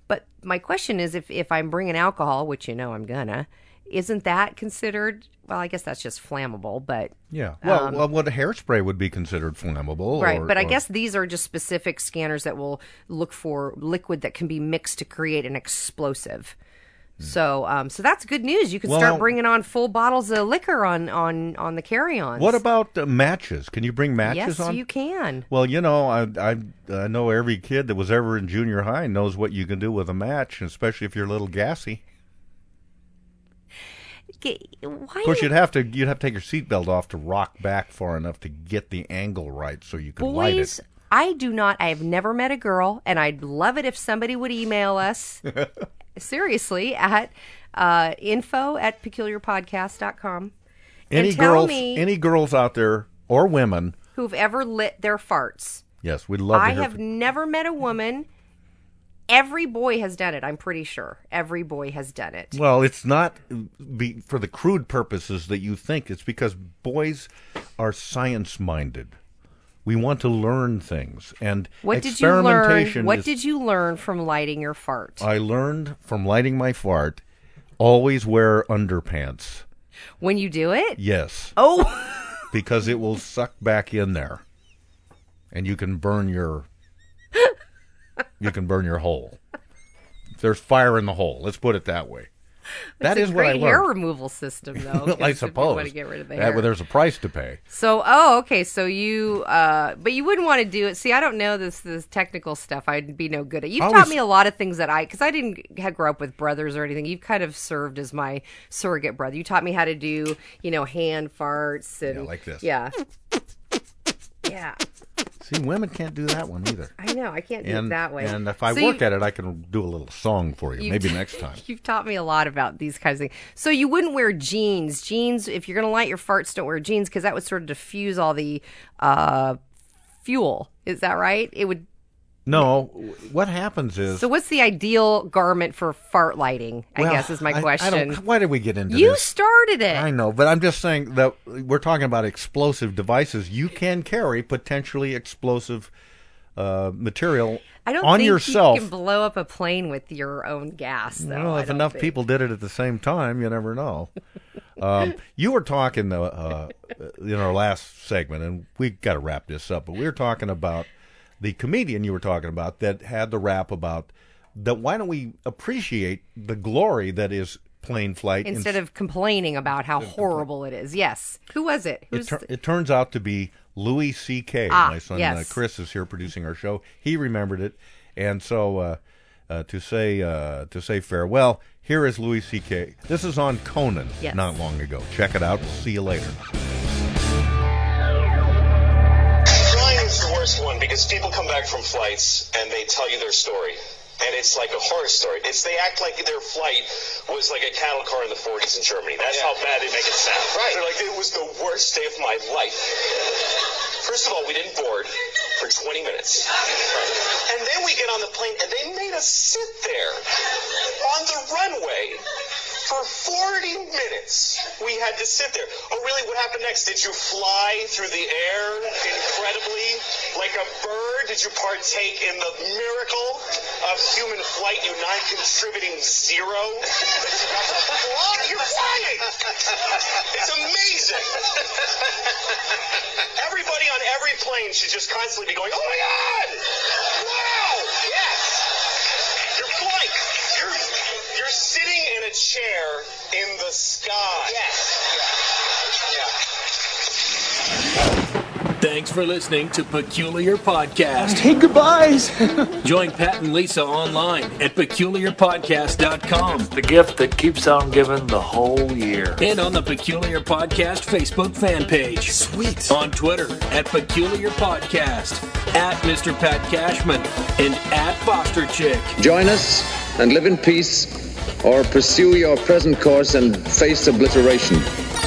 Speaker 11: But my question is if, if I'm bringing alcohol, which you know I'm gonna, isn't that considered? Well, I guess that's just flammable, but
Speaker 10: Yeah. Well,
Speaker 11: um,
Speaker 10: well, what hairspray would be considered flammable,
Speaker 11: right.
Speaker 10: or-
Speaker 11: but I
Speaker 10: or-
Speaker 11: guess these are just specific scanners that will look for liquid that can be mixed to create an explosive. So, um, so that's good news. You can
Speaker 10: Hmm. Well,
Speaker 11: start
Speaker 10: now-
Speaker 11: bringing on full bottles of liquor on on on the carry-ons.
Speaker 10: What about uh, matches? Can you bring matches
Speaker 11: yes,
Speaker 10: on?
Speaker 11: you can.
Speaker 10: Well, you know, I, I I know every kid that was ever in junior high knows what you can do with a match, especially if you're a little gassy.
Speaker 11: G- Why?
Speaker 10: Of course, you'd have to you'd have to take your seatbelt off to rock back far enough to get the angle right so you could light
Speaker 11: boys
Speaker 10: it.
Speaker 11: i do not i have never met a girl and i'd love it if somebody would email us seriously at uh, info at peculiarpodcast.com
Speaker 10: Any
Speaker 11: and tell
Speaker 10: girls,
Speaker 11: me
Speaker 10: any girls out there or women?
Speaker 11: who've ever lit their farts
Speaker 10: Yes, we'd love to
Speaker 11: i
Speaker 10: hear
Speaker 11: have
Speaker 10: from-
Speaker 11: never met a woman every boy has done it i'm pretty sure every boy has done it
Speaker 10: Well, it's not be, for the crude purposes that you think. It's because boys are science minded. We want to learn things, and
Speaker 11: what did you
Speaker 10: experimentation.
Speaker 11: learn what
Speaker 10: is- Uh,
Speaker 11: did you learn from lighting your fart
Speaker 10: I learned from lighting my fart? Always wear underpants.
Speaker 11: when you do it
Speaker 10: Yes.
Speaker 11: oh
Speaker 10: because it will suck back in there, and you can burn your you can burn your hole. There's fire in the hole. Let's put it that way. That
Speaker 11: it's
Speaker 10: is
Speaker 11: a
Speaker 10: what I
Speaker 11: great hair
Speaker 10: learned.
Speaker 11: removal system, though.
Speaker 10: Well, I
Speaker 11: because if you
Speaker 10: suppose
Speaker 11: want to get rid of the
Speaker 10: That-
Speaker 11: hair.
Speaker 10: well, there's a price to pay.
Speaker 11: So, oh, okay. So you, uh, but you wouldn't want to do it. See, I don't know this this technical stuff. I'd be no good at. You've
Speaker 10: I
Speaker 11: taught
Speaker 10: was-
Speaker 11: me a lot of things that I, because I didn't had grow up with brothers or anything. You've kind of served as my surrogate brother. You taught me how to do, you know, hand farts and
Speaker 10: Yeah, like this.
Speaker 11: Yeah, yeah.
Speaker 10: See, women can't do that one either.
Speaker 11: I know. I can't do
Speaker 10: and,
Speaker 11: it that way.
Speaker 10: And if I
Speaker 11: So
Speaker 10: work
Speaker 11: you-
Speaker 10: at it, I can do a little song for you.
Speaker 11: You've-
Speaker 10: Maybe next time.
Speaker 11: You've taught me a lot about these kinds of things. So you wouldn't wear jeans. Jeans, if you're going to light your farts, don't wear jeans because that would sort of diffuse all the uh, fuel. Is that right? It would.
Speaker 10: No, what happens is.
Speaker 11: So what's the ideal garment for fart lighting? I
Speaker 10: Well,
Speaker 11: guess is my
Speaker 10: I- I
Speaker 11: question.
Speaker 10: don't- why did we get into
Speaker 11: you
Speaker 10: this?
Speaker 11: started it.
Speaker 10: I know, but I'm just saying that we're talking about explosive devices. You can carry potentially explosive uh, material
Speaker 11: I don't
Speaker 10: on
Speaker 11: think
Speaker 10: yourself.
Speaker 11: you can blow up if plane with your own gas. Though.
Speaker 10: well,
Speaker 11: I
Speaker 10: if
Speaker 11: don't
Speaker 10: enough
Speaker 11: think.
Speaker 10: people did it at the same time, you never know. um, you were talking uh, uh, in our last segment, and we got to wrap this up. But we were talking about the comedian you were talking about that had the rap about that. Why don't we appreciate the glory that is plane flight ins-
Speaker 11: instead of complaining about how horrible it is. Yes. Who was it?
Speaker 10: It,
Speaker 11: Who's
Speaker 10: tur- it turns out to be Louis C.K.
Speaker 11: Ah,
Speaker 10: My son
Speaker 11: yes.
Speaker 10: uh, Chris is here producing our show. He remembered it, and so uh, uh, to say uh, to say farewell, here is Louis C.K. This is on Conan
Speaker 11: Yes.
Speaker 10: not long ago. Check it out. See you later.
Speaker 21: Flying is the worst one because people come back from flights and they tell you their story. And it's like a horror story. It's they act like their flight was like a cattle car in the 40s in Germany. That's how bad they make it sound. Right. They're like, it was the worst day of my life. First of all, we didn't board for 20 minutes. And then we get on the plane and they made us sit there on the runway for 40 minutes. We had to sit there. Oh, really? What happened next? Did you fly through the air incredibly like a bird? Did you partake in the miracle of human flight, you non contributing zero? Why are you flying? It's amazing. Everybody on every plane should just constantly be going, oh my God! Wow! Yes! You're flying. You're you're sitting in a chair in the sky. Yes. Yeah. yeah.
Speaker 2: Thanks for listening to Peculiar Podcast.
Speaker 22: Hey, goodbyes.
Speaker 2: Join Pat and Lisa online at peculiarpodcast.com
Speaker 23: The gift that keeps on giving the whole year.
Speaker 2: and on the Peculiar Podcast Facebook fan page. Sweet. On Twitter at Peculiar Podcast, at Mr. Pat Cashman, and at Foster Chick.
Speaker 24: Join us and live in peace, or pursue your present course and face obliteration.